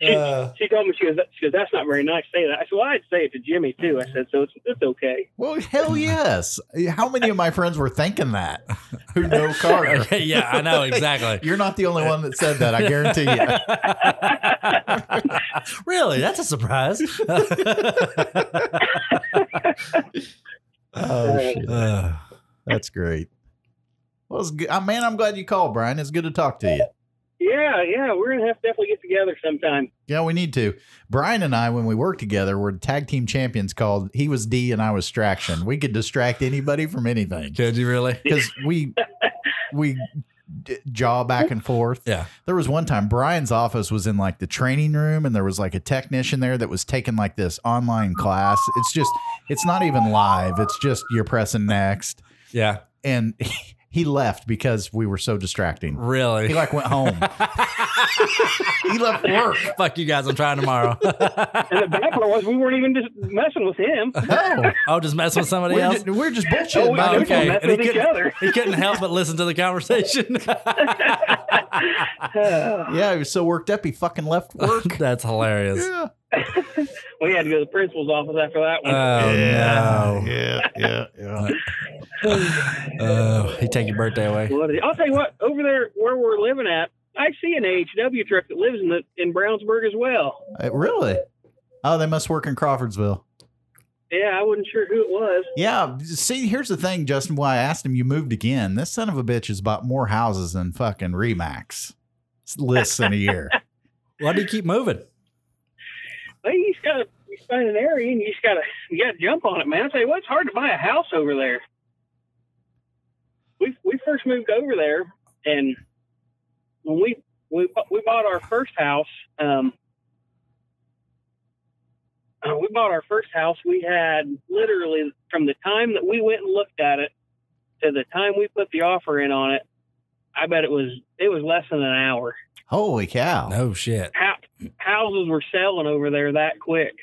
Speaker 6: She,
Speaker 14: Uh,
Speaker 6: she told me she goes, she goes, "That's not very nice." Say that. I said, "Well, I'd say it to Jimmy too." I said, "So it's it's okay."
Speaker 8: <laughs> Well, hell yes. How many of my friends were thinking that? Who know <laughs> Carter?
Speaker 14: Yeah, I know, exactly.
Speaker 8: <laughs> You're not the only one that said that. I guarantee you.
Speaker 14: really? That's
Speaker 8: <laughs>
Speaker 14: a surprise.
Speaker 8: <laughs>
Speaker 14: <sighs>
Speaker 8: Oh shit. That's great. Well, it's good. Uh, man, I'm glad you called, Brian. It's good to talk to you.
Speaker 6: Yeah, yeah, we're gonna have to definitely get together sometime.
Speaker 8: Yeah, we need to. Brian and I, when we worked together, were tag team champions called he was D and I was Straction. We could distract anybody from anything.
Speaker 14: Could you really?
Speaker 8: Because we we d- jaw back and forth.
Speaker 14: Yeah.
Speaker 8: There was one time Brian's office was in like the training room and there was like a technician there that was taking like this online class. It's just it's not even live. It's just you're pressing next.
Speaker 14: Yeah.
Speaker 8: And <laughs> he left because we were so distracting.
Speaker 14: Really?
Speaker 8: He
Speaker 14: <laughs>
Speaker 8: like went home. he left work.
Speaker 14: Fuck you guys. I'm trying tomorrow. <laughs>
Speaker 6: And the bad part was we weren't even just messing with
Speaker 14: <laughs>
Speaker 6: him.
Speaker 8: No.
Speaker 14: oh, just mess with somebody
Speaker 8: We're
Speaker 14: else.
Speaker 8: just- <laughs> we're just
Speaker 6: Oh,
Speaker 8: bullshitting.
Speaker 6: we-
Speaker 14: Oh,
Speaker 6: we
Speaker 14: okay.
Speaker 6: mess
Speaker 14: And he
Speaker 6: with each
Speaker 14: couldn't-
Speaker 6: other.
Speaker 14: he couldn't help but listen to the conversation. <laughs>
Speaker 8: yeah, he was so worked up he fucking left <laughs> work.
Speaker 14: That's hilarious.
Speaker 8: Yeah.
Speaker 6: <sighs> we had to go to the principal's office after that
Speaker 14: Oh
Speaker 6: one.
Speaker 14: no!
Speaker 8: Yeah, yeah, yeah.
Speaker 14: Oh, he take your birthday away.
Speaker 6: What is- I'll tell you what, over there where we're living at, I see an AHW truck that lives in the, in Brownsburg as well.
Speaker 8: Uh, really? Oh, they must work in Crawfordsville.
Speaker 6: Yeah, I wasn't sure who it was.
Speaker 8: Yeah. See, here's the thing, Justin. Why I asked him you moved again. This son of a bitch has bought more houses than fucking Remax lists in a
Speaker 6: <laughs>
Speaker 8: year.
Speaker 14: Why do you keep moving?
Speaker 6: Well, you just gotta you find an area and you just gotta you gotta jump on it, man. I tell you what, it's hard to buy a house over there. We we first moved over there, and when we we bu- we bought our first house, um, uh, we bought our first house. We had literally from the time that we went and looked at it to the time we put the offer in on it. I bet it was it was less than an hour.
Speaker 8: Holy cow!
Speaker 14: No shit.
Speaker 6: How, houses were selling over there that quick.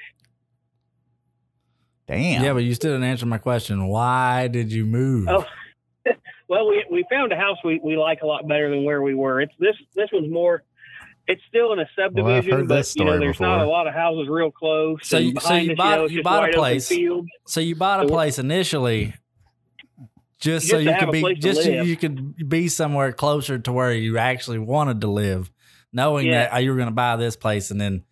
Speaker 8: Damn.
Speaker 14: Yeah, but you still didn't answer my question. Why did you move?
Speaker 6: Oh, well, we we found a house we, we like a lot better than where we were. It's this this one's more. It's still in a subdivision,
Speaker 8: heard
Speaker 6: but
Speaker 8: this
Speaker 6: you know
Speaker 8: story
Speaker 6: there's
Speaker 8: before.
Speaker 6: not a lot of houses real close.
Speaker 14: So
Speaker 6: and
Speaker 14: you- so
Speaker 6: behind
Speaker 14: you
Speaker 6: us,
Speaker 14: bought-
Speaker 6: know, it's
Speaker 14: you
Speaker 6: just
Speaker 14: bought a
Speaker 6: wide open
Speaker 14: place.
Speaker 6: field.
Speaker 14: So you bought a place initially just,
Speaker 6: Just
Speaker 14: so
Speaker 6: to
Speaker 14: you
Speaker 6: have
Speaker 14: could
Speaker 6: a
Speaker 14: be
Speaker 6: place to
Speaker 14: just so
Speaker 6: live.
Speaker 14: you could be somewhere closer to where you actually wanted to live, knowing
Speaker 6: Yeah.
Speaker 14: that oh, you were going to buy this place and then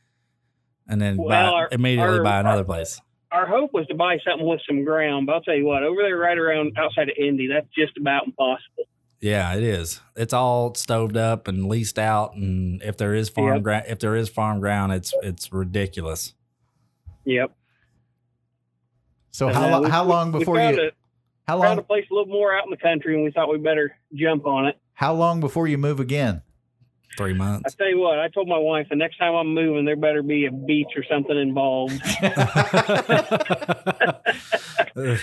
Speaker 14: and then buy,
Speaker 6: Well, our-
Speaker 14: immediately
Speaker 6: our-
Speaker 14: buy another place.
Speaker 6: Our hope was to buy something with some ground, but I'll tell you what, over there, right around outside of Indy, that's just about impossible.
Speaker 14: Yeah, it is. It's all stoved up and leased out, and if there is farm
Speaker 6: Yep.
Speaker 14: ground, if there is farm ground, it's it's ridiculous.
Speaker 6: Yep.
Speaker 8: So
Speaker 6: And,
Speaker 8: how
Speaker 6: uh,
Speaker 8: lo-
Speaker 6: we-
Speaker 8: how
Speaker 6: we-
Speaker 8: long
Speaker 6: we
Speaker 8: before
Speaker 6: found
Speaker 8: you
Speaker 6: a,
Speaker 8: how
Speaker 6: found a
Speaker 8: long
Speaker 6: place a little more out in the country, and we thought we better jump on it.
Speaker 8: how long before you move again?
Speaker 14: Three
Speaker 6: I
Speaker 14: months.
Speaker 6: tell you what, I told my wife the next time I'm moving, there better be a beach or something involved.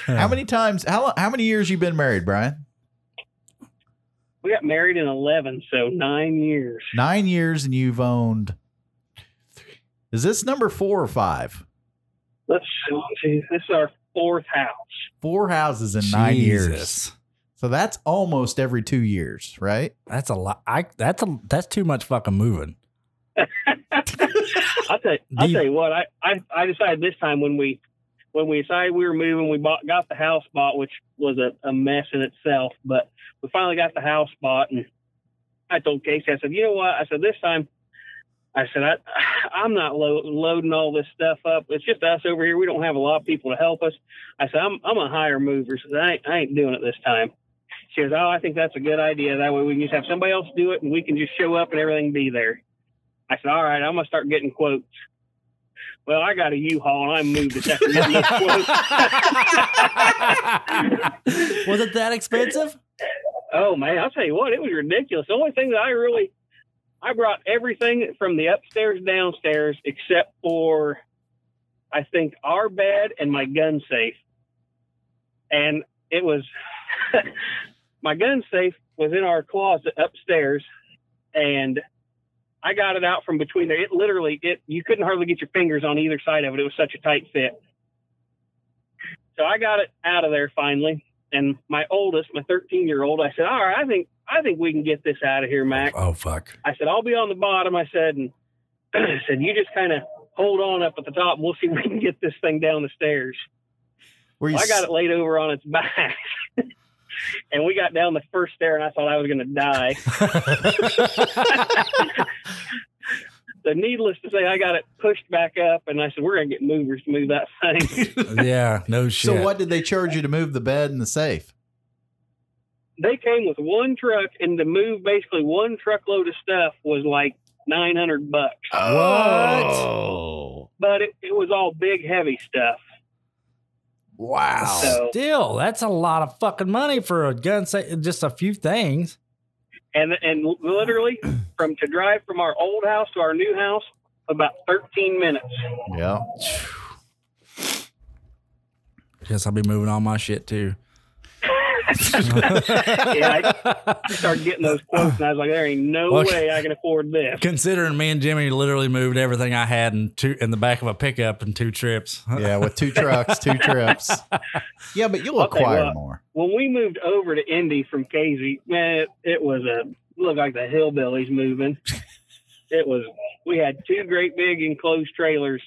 Speaker 8: How many times? How lo- how many years you been married, Brian?
Speaker 6: We got married in 11, so nine years.
Speaker 8: Nine years, and you've owned. Is this number four or five?
Speaker 6: Let's see. This is our fourth house.
Speaker 8: Four houses in nine years.
Speaker 14: Jesus.
Speaker 8: So that's almost every two years, right?
Speaker 14: That's a lot. I that's a that's too much fucking moving.
Speaker 6: I'll tell you, I'll
Speaker 14: Do you-
Speaker 6: tell you what, I, I, I decided this time when we when we decided we were moving, we bought got the house bought, which was a, a mess in itself, but we finally got the house bought and I told Casey, I said, you know what? I said, this time I said, I, <sighs> I'm not lo- loading all this stuff up. It's just us over here. We don't have a lot of people to help us. I said, I'm, I'm a higher mover. So I ain't, I ain't doing it this time. She goes, oh, I think that's a good idea. That way we can just have somebody else do it and we can just show up and everything be there. I said, all right, I'm going to start getting quotes. Well, I got a U-Haul and I moved it after getting
Speaker 14: <laughs>
Speaker 6: those quotes.
Speaker 14: Was it that expensive?
Speaker 6: Oh man, I'll tell you what, it was ridiculous. The only thing that I really I brought everything from the upstairs downstairs except for I think our bed and my gun safe. And it was <laughs> my gun safe was in our closet upstairs, and I got it out from between there. It literally, it you couldn't hardly get your fingers on either side of it. It was such a tight fit. So I got it out of there finally, and my oldest, my 13 year old, I said, "All right, I think I think we can get this out of here, Mac."
Speaker 14: Oh fuck.
Speaker 6: I said, "I'll be on the bottom." I said, and <clears throat> I said, "You just kind of hold on up at the top, and we'll see if we can get this thing down the stairs."
Speaker 8: Were you
Speaker 6: I got
Speaker 8: s-
Speaker 6: it laid over on its back. <laughs> and we got down the first stair and I thought I was going to die. so needless to say, I got it pushed back up and I said, we're going to get movers to move that
Speaker 14: <laughs>
Speaker 6: thing.
Speaker 14: <laughs> yeah, no shit.
Speaker 8: So what did they charge you to move the bed and the safe?
Speaker 6: they came with one truck and to move basically one truckload of stuff was like 900 bucks.
Speaker 8: Oh.
Speaker 6: But it, it was all big, heavy stuff.
Speaker 14: Wow. Still, that's a lot of fucking money for a gun safe. Just a few things.
Speaker 6: and and literally from to drive from our old house to our new house about 13 minutes.
Speaker 8: Yeah.
Speaker 14: Guess I'll be moving all my shit too. <laughs>
Speaker 6: yeah, I, I started getting those quotes, and I was like, "There ain't no
Speaker 14: Look.
Speaker 6: way I can afford this."
Speaker 14: Considering me and Jimmy literally moved everything I had in two in the back of a pickup in two trips.
Speaker 8: <laughs> Yeah, with two trucks, two
Speaker 6: <laughs>
Speaker 8: trips. Yeah, but you'll
Speaker 6: I'll tell you
Speaker 8: acquire
Speaker 6: what,
Speaker 8: more.
Speaker 6: When we moved over to Indy from Casey, man, it, it was a looked like the hillbillies moving. it was. We had two great big enclosed trailers,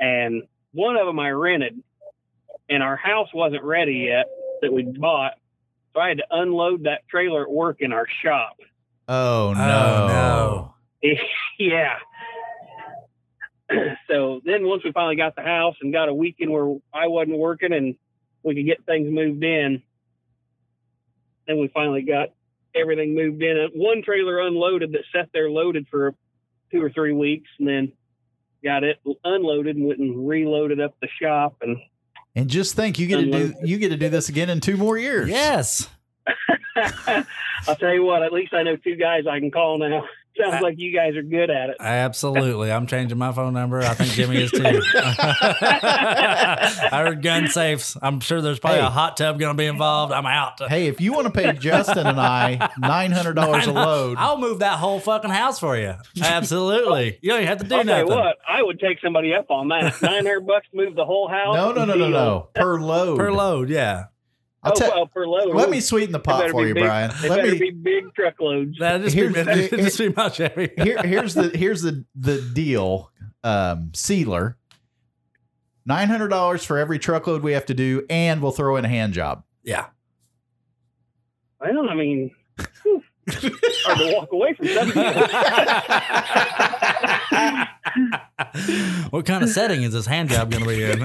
Speaker 6: and one of them I rented, and our house wasn't ready yet that we bought, so I had to unload that trailer at work in our shop.
Speaker 8: Oh no. Oh,
Speaker 14: no.
Speaker 6: <laughs> yeah. <clears throat> so then once we finally got the house and got a weekend where I wasn't working and we could get things moved in, then we finally got everything moved in. Uh, One trailer unloaded that sat there loaded for two or three weeks and then got it unloaded and went and reloaded up the shop and
Speaker 8: And just think, you get to do you get to do this again in two more years.
Speaker 14: Yes.
Speaker 6: <laughs> I'll tell you what, at least I know two guys I can call now. <laughs> Sounds like you guys are good at it.
Speaker 14: Absolutely. I'm changing my phone number. I think Jimmy is too. <laughs> I heard gun safes. I'm sure there's probably a hot tub going to be involved. I'm out.
Speaker 8: Hey, <laughs> if you want to pay Justin and <laughs> I nine hundred dollars a load,
Speaker 14: I'll move that whole fucking house for you. Absolutely. You don't even have to do
Speaker 6: I'll tell you
Speaker 14: nothing.
Speaker 6: what, I would take somebody up on
Speaker 14: <laughs>
Speaker 6: that. Nine hundred bucks to move the whole house.
Speaker 8: No, no, no, no,
Speaker 6: Deal.
Speaker 8: no. Per load.
Speaker 14: Per load, yeah.
Speaker 8: I'll
Speaker 6: oh,
Speaker 8: tell-
Speaker 6: well, per load.
Speaker 8: Let me sweeten the
Speaker 6: They
Speaker 8: pot
Speaker 6: better
Speaker 8: for
Speaker 6: be
Speaker 8: you,
Speaker 6: big-
Speaker 8: Brian.
Speaker 6: They
Speaker 8: Let
Speaker 6: better
Speaker 8: me-
Speaker 6: be big truckloads.
Speaker 14: That'd just,
Speaker 8: Here's-
Speaker 14: be, that'd just be my Chevy.
Speaker 8: <laughs> Here, here's the here's the the deal. Um, sealer, nine hundred dollars for every truckload we have to do, and we'll throw in a hand job.
Speaker 6: <laughs>
Speaker 14: Yeah.
Speaker 6: Well, I mean, whew, hard to walk away from something.
Speaker 14: <laughs> What kind of setting is this hand job going to be in?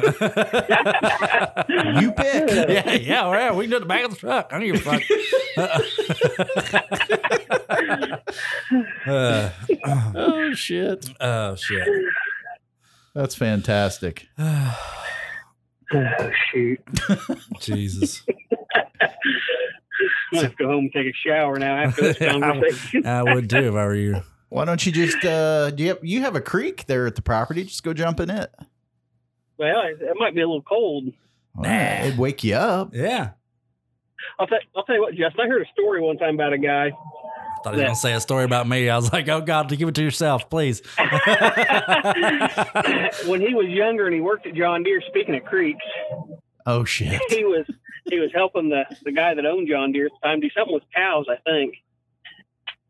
Speaker 14: <laughs>
Speaker 8: you pick.
Speaker 14: Yeah, <laughs> yeah, all right. We can do it in the back of the truck. I don't give a fuck. Uh,
Speaker 8: <laughs> Oh shit!
Speaker 14: oh shit. <sighs>
Speaker 8: That's fantastic.
Speaker 6: oh shoot!
Speaker 14: Jesus.
Speaker 6: I'm gonna have to go home and take a shower now after this conversation.
Speaker 14: <laughs> I would too if I were you.
Speaker 8: Why don't you just uh, do you have, you have a creek there at the property? Just go jump in it.
Speaker 6: well, it, it might be a little cold.
Speaker 8: Well, It'd wake you up.
Speaker 14: Yeah.
Speaker 6: I'll, tell I'll tell you what, Justin. I heard a story one time about a
Speaker 14: <laughs>
Speaker 6: guy. <laughs>
Speaker 14: I thought he was going to say a story about me. I was like, oh, God, give it to yourself, please. <laughs>
Speaker 6: when he was younger and he worked at John Deere, speaking of creeks,
Speaker 8: Oh shit! <laughs>
Speaker 6: he was he was helping the the guy that owned John Deere at the time do something with cows, I think.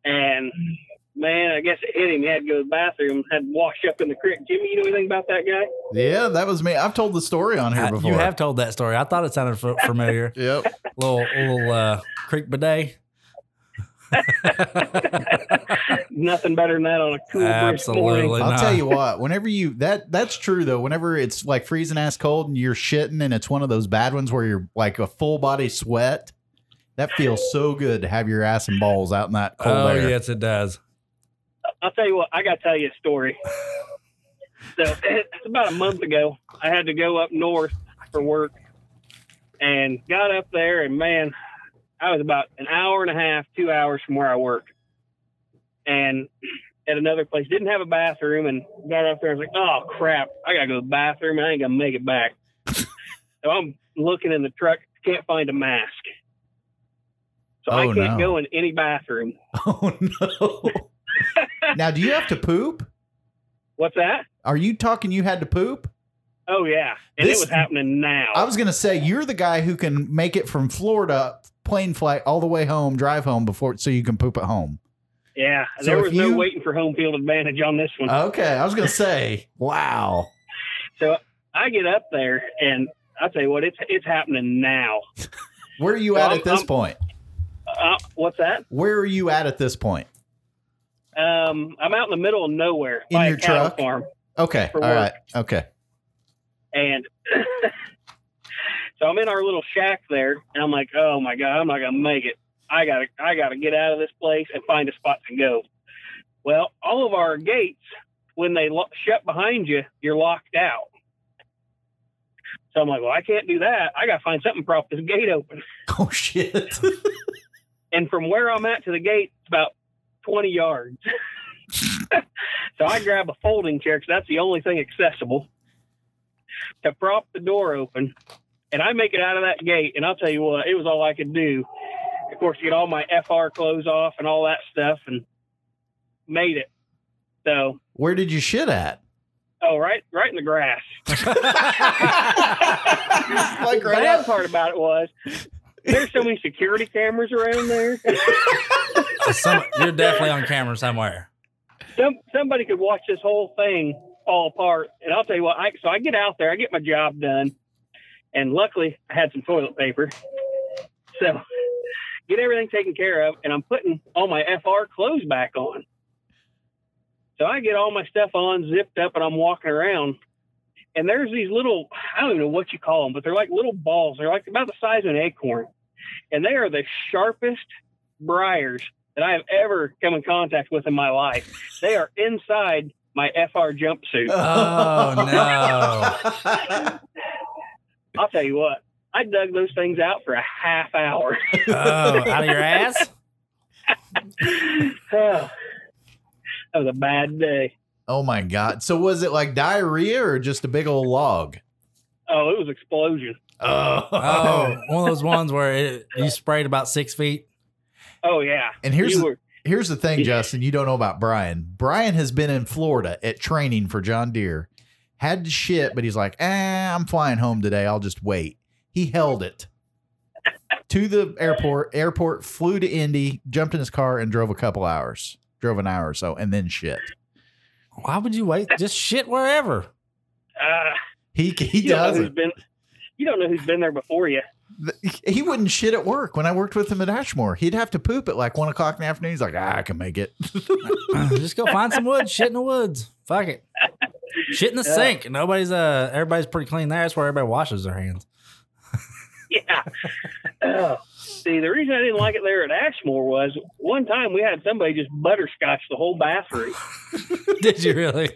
Speaker 6: And man, I guess it hit him. He had to go to the bathroom, had to wash up in the creek. Jimmy, you know anything about that guy?
Speaker 8: Yeah, that was me. I've told the story on here
Speaker 14: I-
Speaker 8: before.
Speaker 14: you have told that story. I thought it sounded f- familiar.
Speaker 8: Yep.
Speaker 14: <laughs> Little, little uh, creek bidet.
Speaker 6: Nothing better than that on a cool brisk morning.
Speaker 8: I'll tell you what. Whenever you that that's true though. Whenever it's like freezing ass cold and you're shitting and it's one of those bad ones where you're like a full body sweat, that feels so good to have your ass and balls out in that cold
Speaker 14: oh,
Speaker 8: air.
Speaker 14: yes, it does. <laughs>
Speaker 6: I'll tell you what, I got to tell you a story.
Speaker 8: <sighs>
Speaker 6: so it's about a month ago. I had to go up north for work and got up there, and man, I was about an hour and a half, two hours from where I work. And at another place, didn't have a bathroom, and got up there. I was like, oh
Speaker 8: <laughs>
Speaker 6: crap, I got to go to the bathroom. I ain't going to make it back. so I'm looking in the truck can't find a mask. So I
Speaker 8: Oh,
Speaker 6: can't
Speaker 8: no.
Speaker 6: go in any bathroom.
Speaker 8: Now, do you have to poop?
Speaker 6: What's that?
Speaker 8: Are you talking? You had to poop?
Speaker 6: Oh yeah, and
Speaker 8: This-
Speaker 6: it was happening now.
Speaker 8: I was gonna say you're the guy who can make it from Florida plane flight all the way home, drive home before so you can poop at home.
Speaker 6: yeah,
Speaker 8: So
Speaker 6: there
Speaker 8: if
Speaker 6: was
Speaker 8: you-
Speaker 6: no waiting for home field advantage on this one.
Speaker 8: Okay, I was gonna say, wow.
Speaker 6: So I get up there, and I tell you what, it's it's happening now.
Speaker 8: Where are you
Speaker 6: Well,
Speaker 8: at
Speaker 6: I'm-
Speaker 8: at this
Speaker 6: I'm-
Speaker 8: point?
Speaker 6: Uh, what's that?
Speaker 8: Where are you at at this point?
Speaker 6: Um, I'm out in the middle of nowhere
Speaker 8: In
Speaker 6: by
Speaker 8: your
Speaker 6: a cattle
Speaker 8: truck?
Speaker 6: farm,
Speaker 8: Okay, all
Speaker 6: For work.
Speaker 8: right, okay. <laughs>
Speaker 6: and <laughs> so I'm in our little shack there, and I'm like, oh my god, I'm not gonna make it. I gotta I gotta get out of this place and find a spot to go. Well, all of our gates, when they lo- shut behind you, you're locked out. So I'm like, well, I can't do that. I gotta find something to prop this gate open.
Speaker 8: Oh shit! <laughs>
Speaker 6: and from where I'm at to the gate, it's about 20 yards. <laughs> so I grab a folding chair because that's the only thing accessible to prop the door open. And I make it out of that gate. And I'll tell you what, it was all I could do. Of course, get all my FR clothes off and all that stuff and made it. So,
Speaker 8: Where did you shit at?
Speaker 6: oh, right, right in the grass.
Speaker 8: like
Speaker 6: the bad part about it was there's so many security cameras around there.
Speaker 14: Some, you're definitely on camera somewhere.
Speaker 6: some somebody could watch this whole thing fall apart. And I'll tell you what, I, so I get out there, I get my job done, and luckily I had some toilet paper, so get everything taken care of, and I'm putting all my FR clothes back on. So I get all my stuff on, zipped up, and I'm walking around. And there's these little, I don't even know what you call them, but they're like little balls. They're like about the size of an acorn. And they are the sharpest briars that I have ever come in contact with in my life. They are inside my FR jumpsuit.
Speaker 14: Oh no!
Speaker 6: I'll tell you what, I dug those things out for a half hour.
Speaker 14: <laughs> Oh, out of your ass?
Speaker 6: <sighs> that was a bad day.
Speaker 8: Oh my god! So was it like diarrhea or just a big old log?
Speaker 6: Oh, it was explosion.
Speaker 8: Oh,
Speaker 14: Oh, one of those ones where it, you sprayed about six feet.
Speaker 6: Oh yeah.
Speaker 8: And here's
Speaker 6: You
Speaker 8: the,
Speaker 6: were-
Speaker 8: here's the thing, Justin. You don't know about Brian. Brian has been in Florida at training for John Deere. Had to shit, but he's like, eh, I'm flying home today. I'll just wait. He held it to the airport. Airport flew to Indy, jumped in his car, and drove a couple hours. Drove an hour or so, and then shit.
Speaker 14: Why would you wait? Just shit wherever.
Speaker 6: uh,
Speaker 8: He he
Speaker 6: you don't know
Speaker 8: does.
Speaker 6: who's
Speaker 8: it.
Speaker 6: been. You don't know who's been there before you. <laughs>
Speaker 8: He wouldn't shit at work when I worked with him at Ashmore. He'd have to poop at like one o'clock in the afternoon. He's like, ah, I can make it. <laughs>
Speaker 14: Just go find some wood. Shit in the woods. Fuck it. Shit in the
Speaker 6: Yeah.
Speaker 14: sink. Nobody's uh. Everybody's pretty clean there. That's where everybody washes their hands. <laughs>
Speaker 6: Yeah. Oh. See, the reason I didn't like it there at Ashmore was one time we had somebody just butterscotch the whole bathroom.
Speaker 14: Did you really?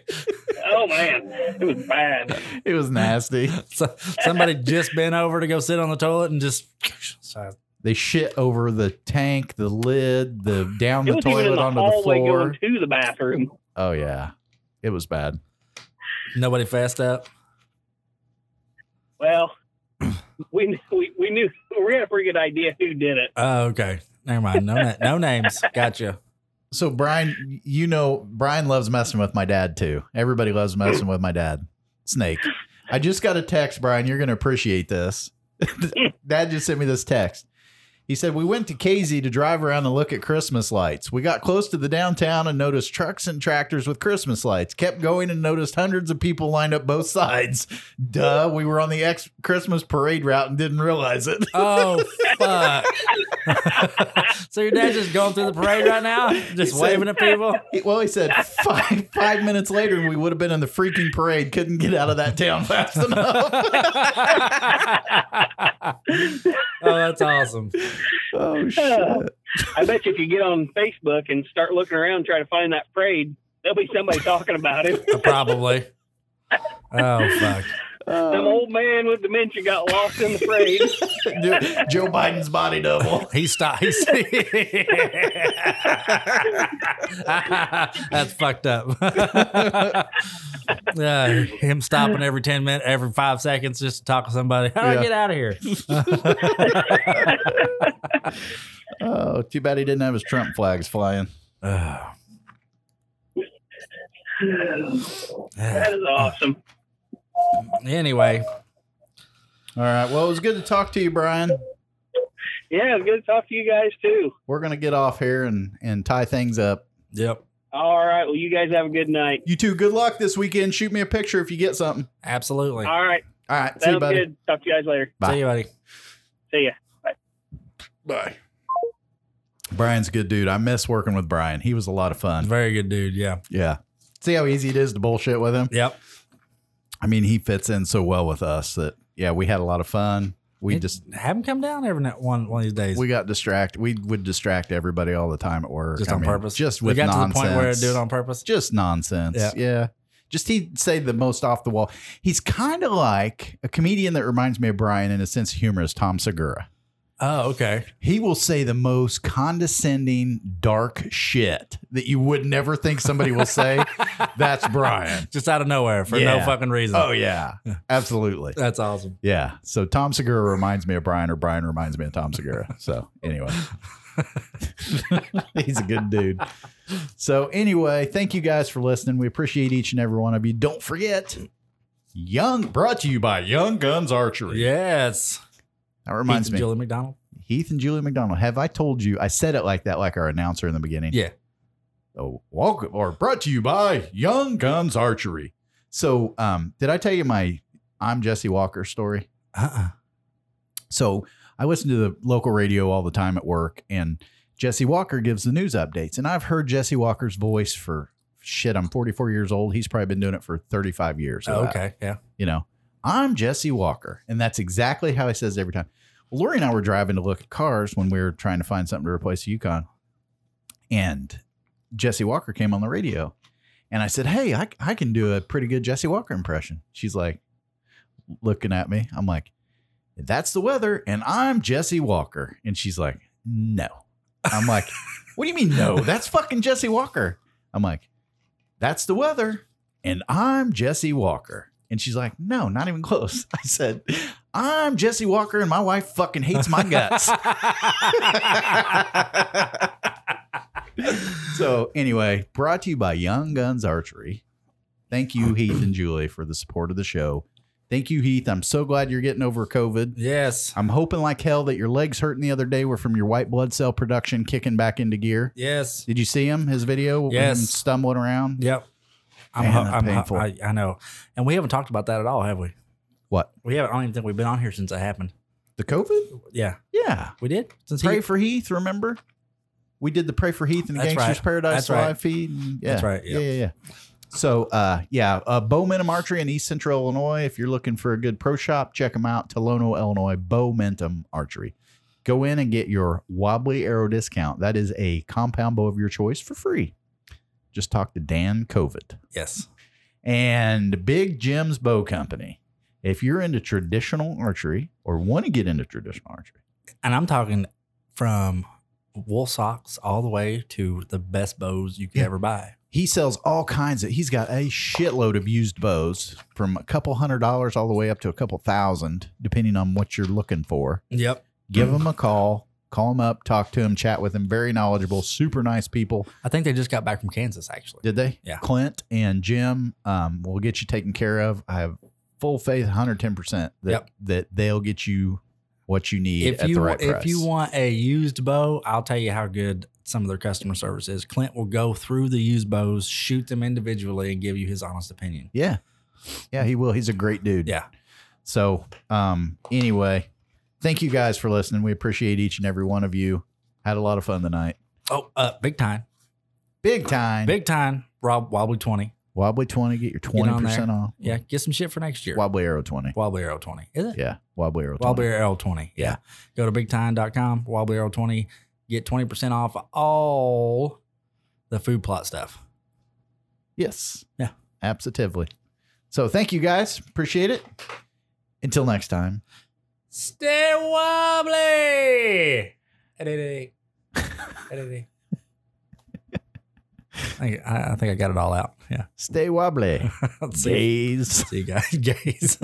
Speaker 6: oh man, it was bad.
Speaker 8: It was nasty.
Speaker 14: So, somebody just bent over to go sit on the toilet and just. <laughs> So,
Speaker 8: They shit over the tank, the lid, the down
Speaker 6: it
Speaker 8: the
Speaker 6: was even in
Speaker 8: toilet
Speaker 6: the
Speaker 8: onto the
Speaker 6: hallway
Speaker 8: floor.
Speaker 6: going to the bathroom.
Speaker 8: Oh yeah, it was bad.
Speaker 14: nobody fast up.
Speaker 6: Well, we we, we knew we had a pretty good idea who did it.
Speaker 14: Oh, okay. Never mind. No, na- no names. Gotcha.
Speaker 8: So Brian, you know Brian loves messing with my dad too. Everybody loves messing with my dad. Snake. I just got a text, Brian. You're gonna appreciate this. <laughs> dad just sent me this text. He said, We went to KZ to drive around and look at Christmas lights. We got close to the downtown and noticed trucks and tractors with Christmas lights. Kept going and noticed hundreds of people lined up both sides. Duh, we were on the ex Christmas parade route and didn't realize it. <laughs>
Speaker 14: Oh fuck! so your dad's just going through the parade right now, just
Speaker 8: He said-
Speaker 14: waving at people.
Speaker 8: He- well, he said
Speaker 6: <laughs>
Speaker 8: five five minutes later, and we would have been in the freaking parade. Couldn't get out of that town
Speaker 6: <laughs>
Speaker 8: fast enough.
Speaker 14: <laughs> Oh, that's awesome.
Speaker 8: <laughs> oh
Speaker 6: shit! <laughs> I bet you if you get on Facebook and start looking around trying to find that
Speaker 8: <laughs>
Speaker 6: parade, there'll be somebody talking about it.
Speaker 14: Probably. Uh, Oh fuck!
Speaker 6: Some old man with dementia got lost in the
Speaker 8: <laughs>
Speaker 6: parade.
Speaker 8: Joe Biden's body double.
Speaker 14: He stopped. He's, <laughs> that's fucked up. <laughs> Uh, him stopping every ten minutes, every five seconds, just to talk to somebody. <laughs> How do
Speaker 8: Yeah.
Speaker 14: I get out of here? <laughs>
Speaker 8: Oh, too bad he didn't have his Trump flags flying.
Speaker 14: Oh,
Speaker 6: that is awesome.
Speaker 14: anyway,
Speaker 8: all right. Well, it was good to talk to you, Brian.
Speaker 6: Yeah, it's good to talk to you guys too.
Speaker 8: We're gonna get off here and and tie things up.
Speaker 14: Yep.
Speaker 6: All right. Well, you guys have a good night.
Speaker 8: You too. Good luck this weekend. Shoot me a picture if you get something.
Speaker 14: Absolutely.
Speaker 6: All right.
Speaker 8: All right. See you,
Speaker 6: Sounds
Speaker 8: buddy.
Speaker 6: good. Talk to you guys later.
Speaker 8: Bye.
Speaker 14: See you, buddy.
Speaker 6: See ya. Bye.
Speaker 8: Bye. Brian's a good dude. I miss working with Brian. He was a lot of fun.
Speaker 14: Very good dude. Yeah.
Speaker 8: Yeah. See how easy it is to bullshit with him?
Speaker 14: Yep.
Speaker 8: I mean, he fits in so well with us that yeah, we had a lot of fun. We
Speaker 14: It-
Speaker 8: just
Speaker 14: Have him come down every night, one one of these days.
Speaker 8: we got distracted. We would distract everybody all the time at work.
Speaker 14: Just
Speaker 8: I
Speaker 14: on
Speaker 8: mean,
Speaker 14: purpose?
Speaker 8: Just
Speaker 14: We
Speaker 8: with
Speaker 14: got to the
Speaker 8: nonsense.
Speaker 14: point where I do it on purpose?
Speaker 8: Just nonsense.
Speaker 14: Yeah.
Speaker 8: Yeah. Just he'd say the most off the wall. He's kind of like a comedian that reminds me of Brian in a sense of humor is Tom Segura.
Speaker 14: oh,
Speaker 8: <laughs>
Speaker 14: okay.
Speaker 8: He will say the most condescending, dark shit that you would never think somebody will
Speaker 14: <laughs>
Speaker 8: say. That's Brian.
Speaker 14: Just out of nowhere for no
Speaker 8: Yeah.
Speaker 14: fucking reason.
Speaker 8: Oh, yeah. Absolutely.
Speaker 14: That's awesome.
Speaker 8: Yeah. So Tom Segura reminds me of Brian, or Brian reminds me of Tom Segura. So anyway, <laughs> he's a good dude. So anyway, thank you guys for listening. We appreciate each and every one of you. Don't forget, Young brought to you by Young Guns Archery.
Speaker 14: Yes.
Speaker 8: That reminds
Speaker 14: Heath and
Speaker 8: me,
Speaker 14: Julie McDonald.
Speaker 8: Heath and Julie McDonald. Have I told you? I said it like that, like our announcer in the beginning.
Speaker 14: Yeah.
Speaker 8: Oh, welcome or brought to you by Young Guns Archery. So, um, did I tell you my I'm Jesse Walker story?
Speaker 14: Uh-uh.
Speaker 8: So I listen to the local radio all the time at work, and Jesse Walker gives the news updates. And I've heard Jesse Walker's voice for shit. I'm 44 years old. He's probably been doing it for 35 years.
Speaker 14: Oh,
Speaker 8: without-
Speaker 14: okay. Yeah.
Speaker 8: You know, I'm Jesse Walker. And that's exactly how he says it every time. Well, Lori and I were driving to look at cars when we were trying to find something to replace the Yukon. And Jesse Walker came on the radio. And I said, Hey, I, I can do a pretty good Jesse Walker impression. She's like, looking at me. I'm like, That's the weather. And I'm Jesse Walker. And she's like, No. I'm like, What do you mean, no? That's fucking Jesse Walker. I'm like, That's the weather. And I'm Jesse Walker. And she's like, No, not even close. <laughs> I said, I'm Jesse Walker and my wife fucking hates my guts. <laughs> so anyway, brought to you by Young Guns Archery. Thank you, Heath and Julie, for the support of the show. Thank you, Heath. I'm so glad you're getting over COVID.
Speaker 14: <laughs> Yes.
Speaker 8: I'm hoping like hell that your legs hurting the other day were from your white blood cell production kicking back into gear.
Speaker 14: Yes.
Speaker 8: Did you see him? His video? with
Speaker 14: Yes.
Speaker 8: Him stumbling around.
Speaker 14: Yep. I'm,
Speaker 8: Man,
Speaker 14: hu-
Speaker 8: that's
Speaker 14: I'm hu-
Speaker 8: painful.
Speaker 14: I, I know. And we haven't talked about that at all, have we?
Speaker 8: What?
Speaker 14: We haven't. I don't even think we've been on here since that happened.
Speaker 8: The COVID?
Speaker 14: Yeah.
Speaker 8: Yeah.
Speaker 14: We did. Since
Speaker 8: Pray
Speaker 14: he-
Speaker 8: for Heath. Remember? We did the Pray for Heath and
Speaker 14: That's
Speaker 8: Gangsters
Speaker 14: right.
Speaker 8: Paradise
Speaker 14: That's
Speaker 8: live
Speaker 14: right.
Speaker 8: feed. and- yeah.
Speaker 14: That's right.
Speaker 8: Yeah,
Speaker 14: Yeah.
Speaker 8: yeah, yeah. So, uh, yeah, uh, Bowmentum Archery in East Central Illinois. If you're looking for a good pro shop, check them out. Tolono, Illinois, Bowmentum Archery. Go in and get your wobbly arrow discount. That is a compound bow of your choice for free. Just talk to Dan Covid
Speaker 14: Yes.
Speaker 8: and Big Jim's Bow Company. If you're into traditional archery or want to get into traditional archery,
Speaker 14: And I'm talking from wool socks all the way to the best bows you could
Speaker 8: Yeah.
Speaker 14: ever buy.
Speaker 8: he sells all kinds of he's got a shitload of used bows from a couple hundred dollars all the way up to a couple thousand depending on what you're looking for
Speaker 14: Yep.
Speaker 8: give him a call call him up talk to him chat with him very knowledgeable super nice people
Speaker 14: I think they just got back from Kansas, actually.
Speaker 8: did they
Speaker 14: Yeah.
Speaker 8: clint and jim um, will get you taken care of i have full faith 110% that,
Speaker 14: Yep.
Speaker 8: that they'll get you what you need
Speaker 14: if
Speaker 8: at
Speaker 14: you
Speaker 8: the right
Speaker 14: if
Speaker 8: price
Speaker 14: you want a used bow, I'll tell you how good some of their customer service is. Clint will go through the used bows, shoot them individually, and give you his honest opinion.
Speaker 8: yeah yeah he will he's a great dude
Speaker 14: Yeah.
Speaker 8: So, um, anyway, thank you guys for listening. We appreciate each and every one of you. Had a lot of fun tonight.
Speaker 14: Oh, uh, big time,
Speaker 8: Big time.
Speaker 14: big time. Rob Wobbly twenty.
Speaker 8: Wobbly 20, get your
Speaker 14: Get
Speaker 8: 20%
Speaker 14: on there.
Speaker 8: off.
Speaker 14: Yeah, get some shit for next year.
Speaker 8: Wobbly Arrow 20.
Speaker 14: Wobbly Arrow twenty. Is it?
Speaker 8: Yeah. Wobbly Arrow 20.
Speaker 14: Wobbly Arrow 20.
Speaker 8: Yeah.
Speaker 14: Go to bigtime.com, Wobbly Arrow 20, get 20% off all the food plot stuff.
Speaker 8: Yes.
Speaker 14: Yeah.
Speaker 8: Absolutely. So thank you guys. Appreciate it. Until next time.
Speaker 14: Stay wobbly. I, think- <laughs> I I think I got it all out. Yeah. <laughs>
Speaker 8: Stay wobbly.
Speaker 14: See-
Speaker 8: Gays.
Speaker 14: <laughs> See you guys. Gays.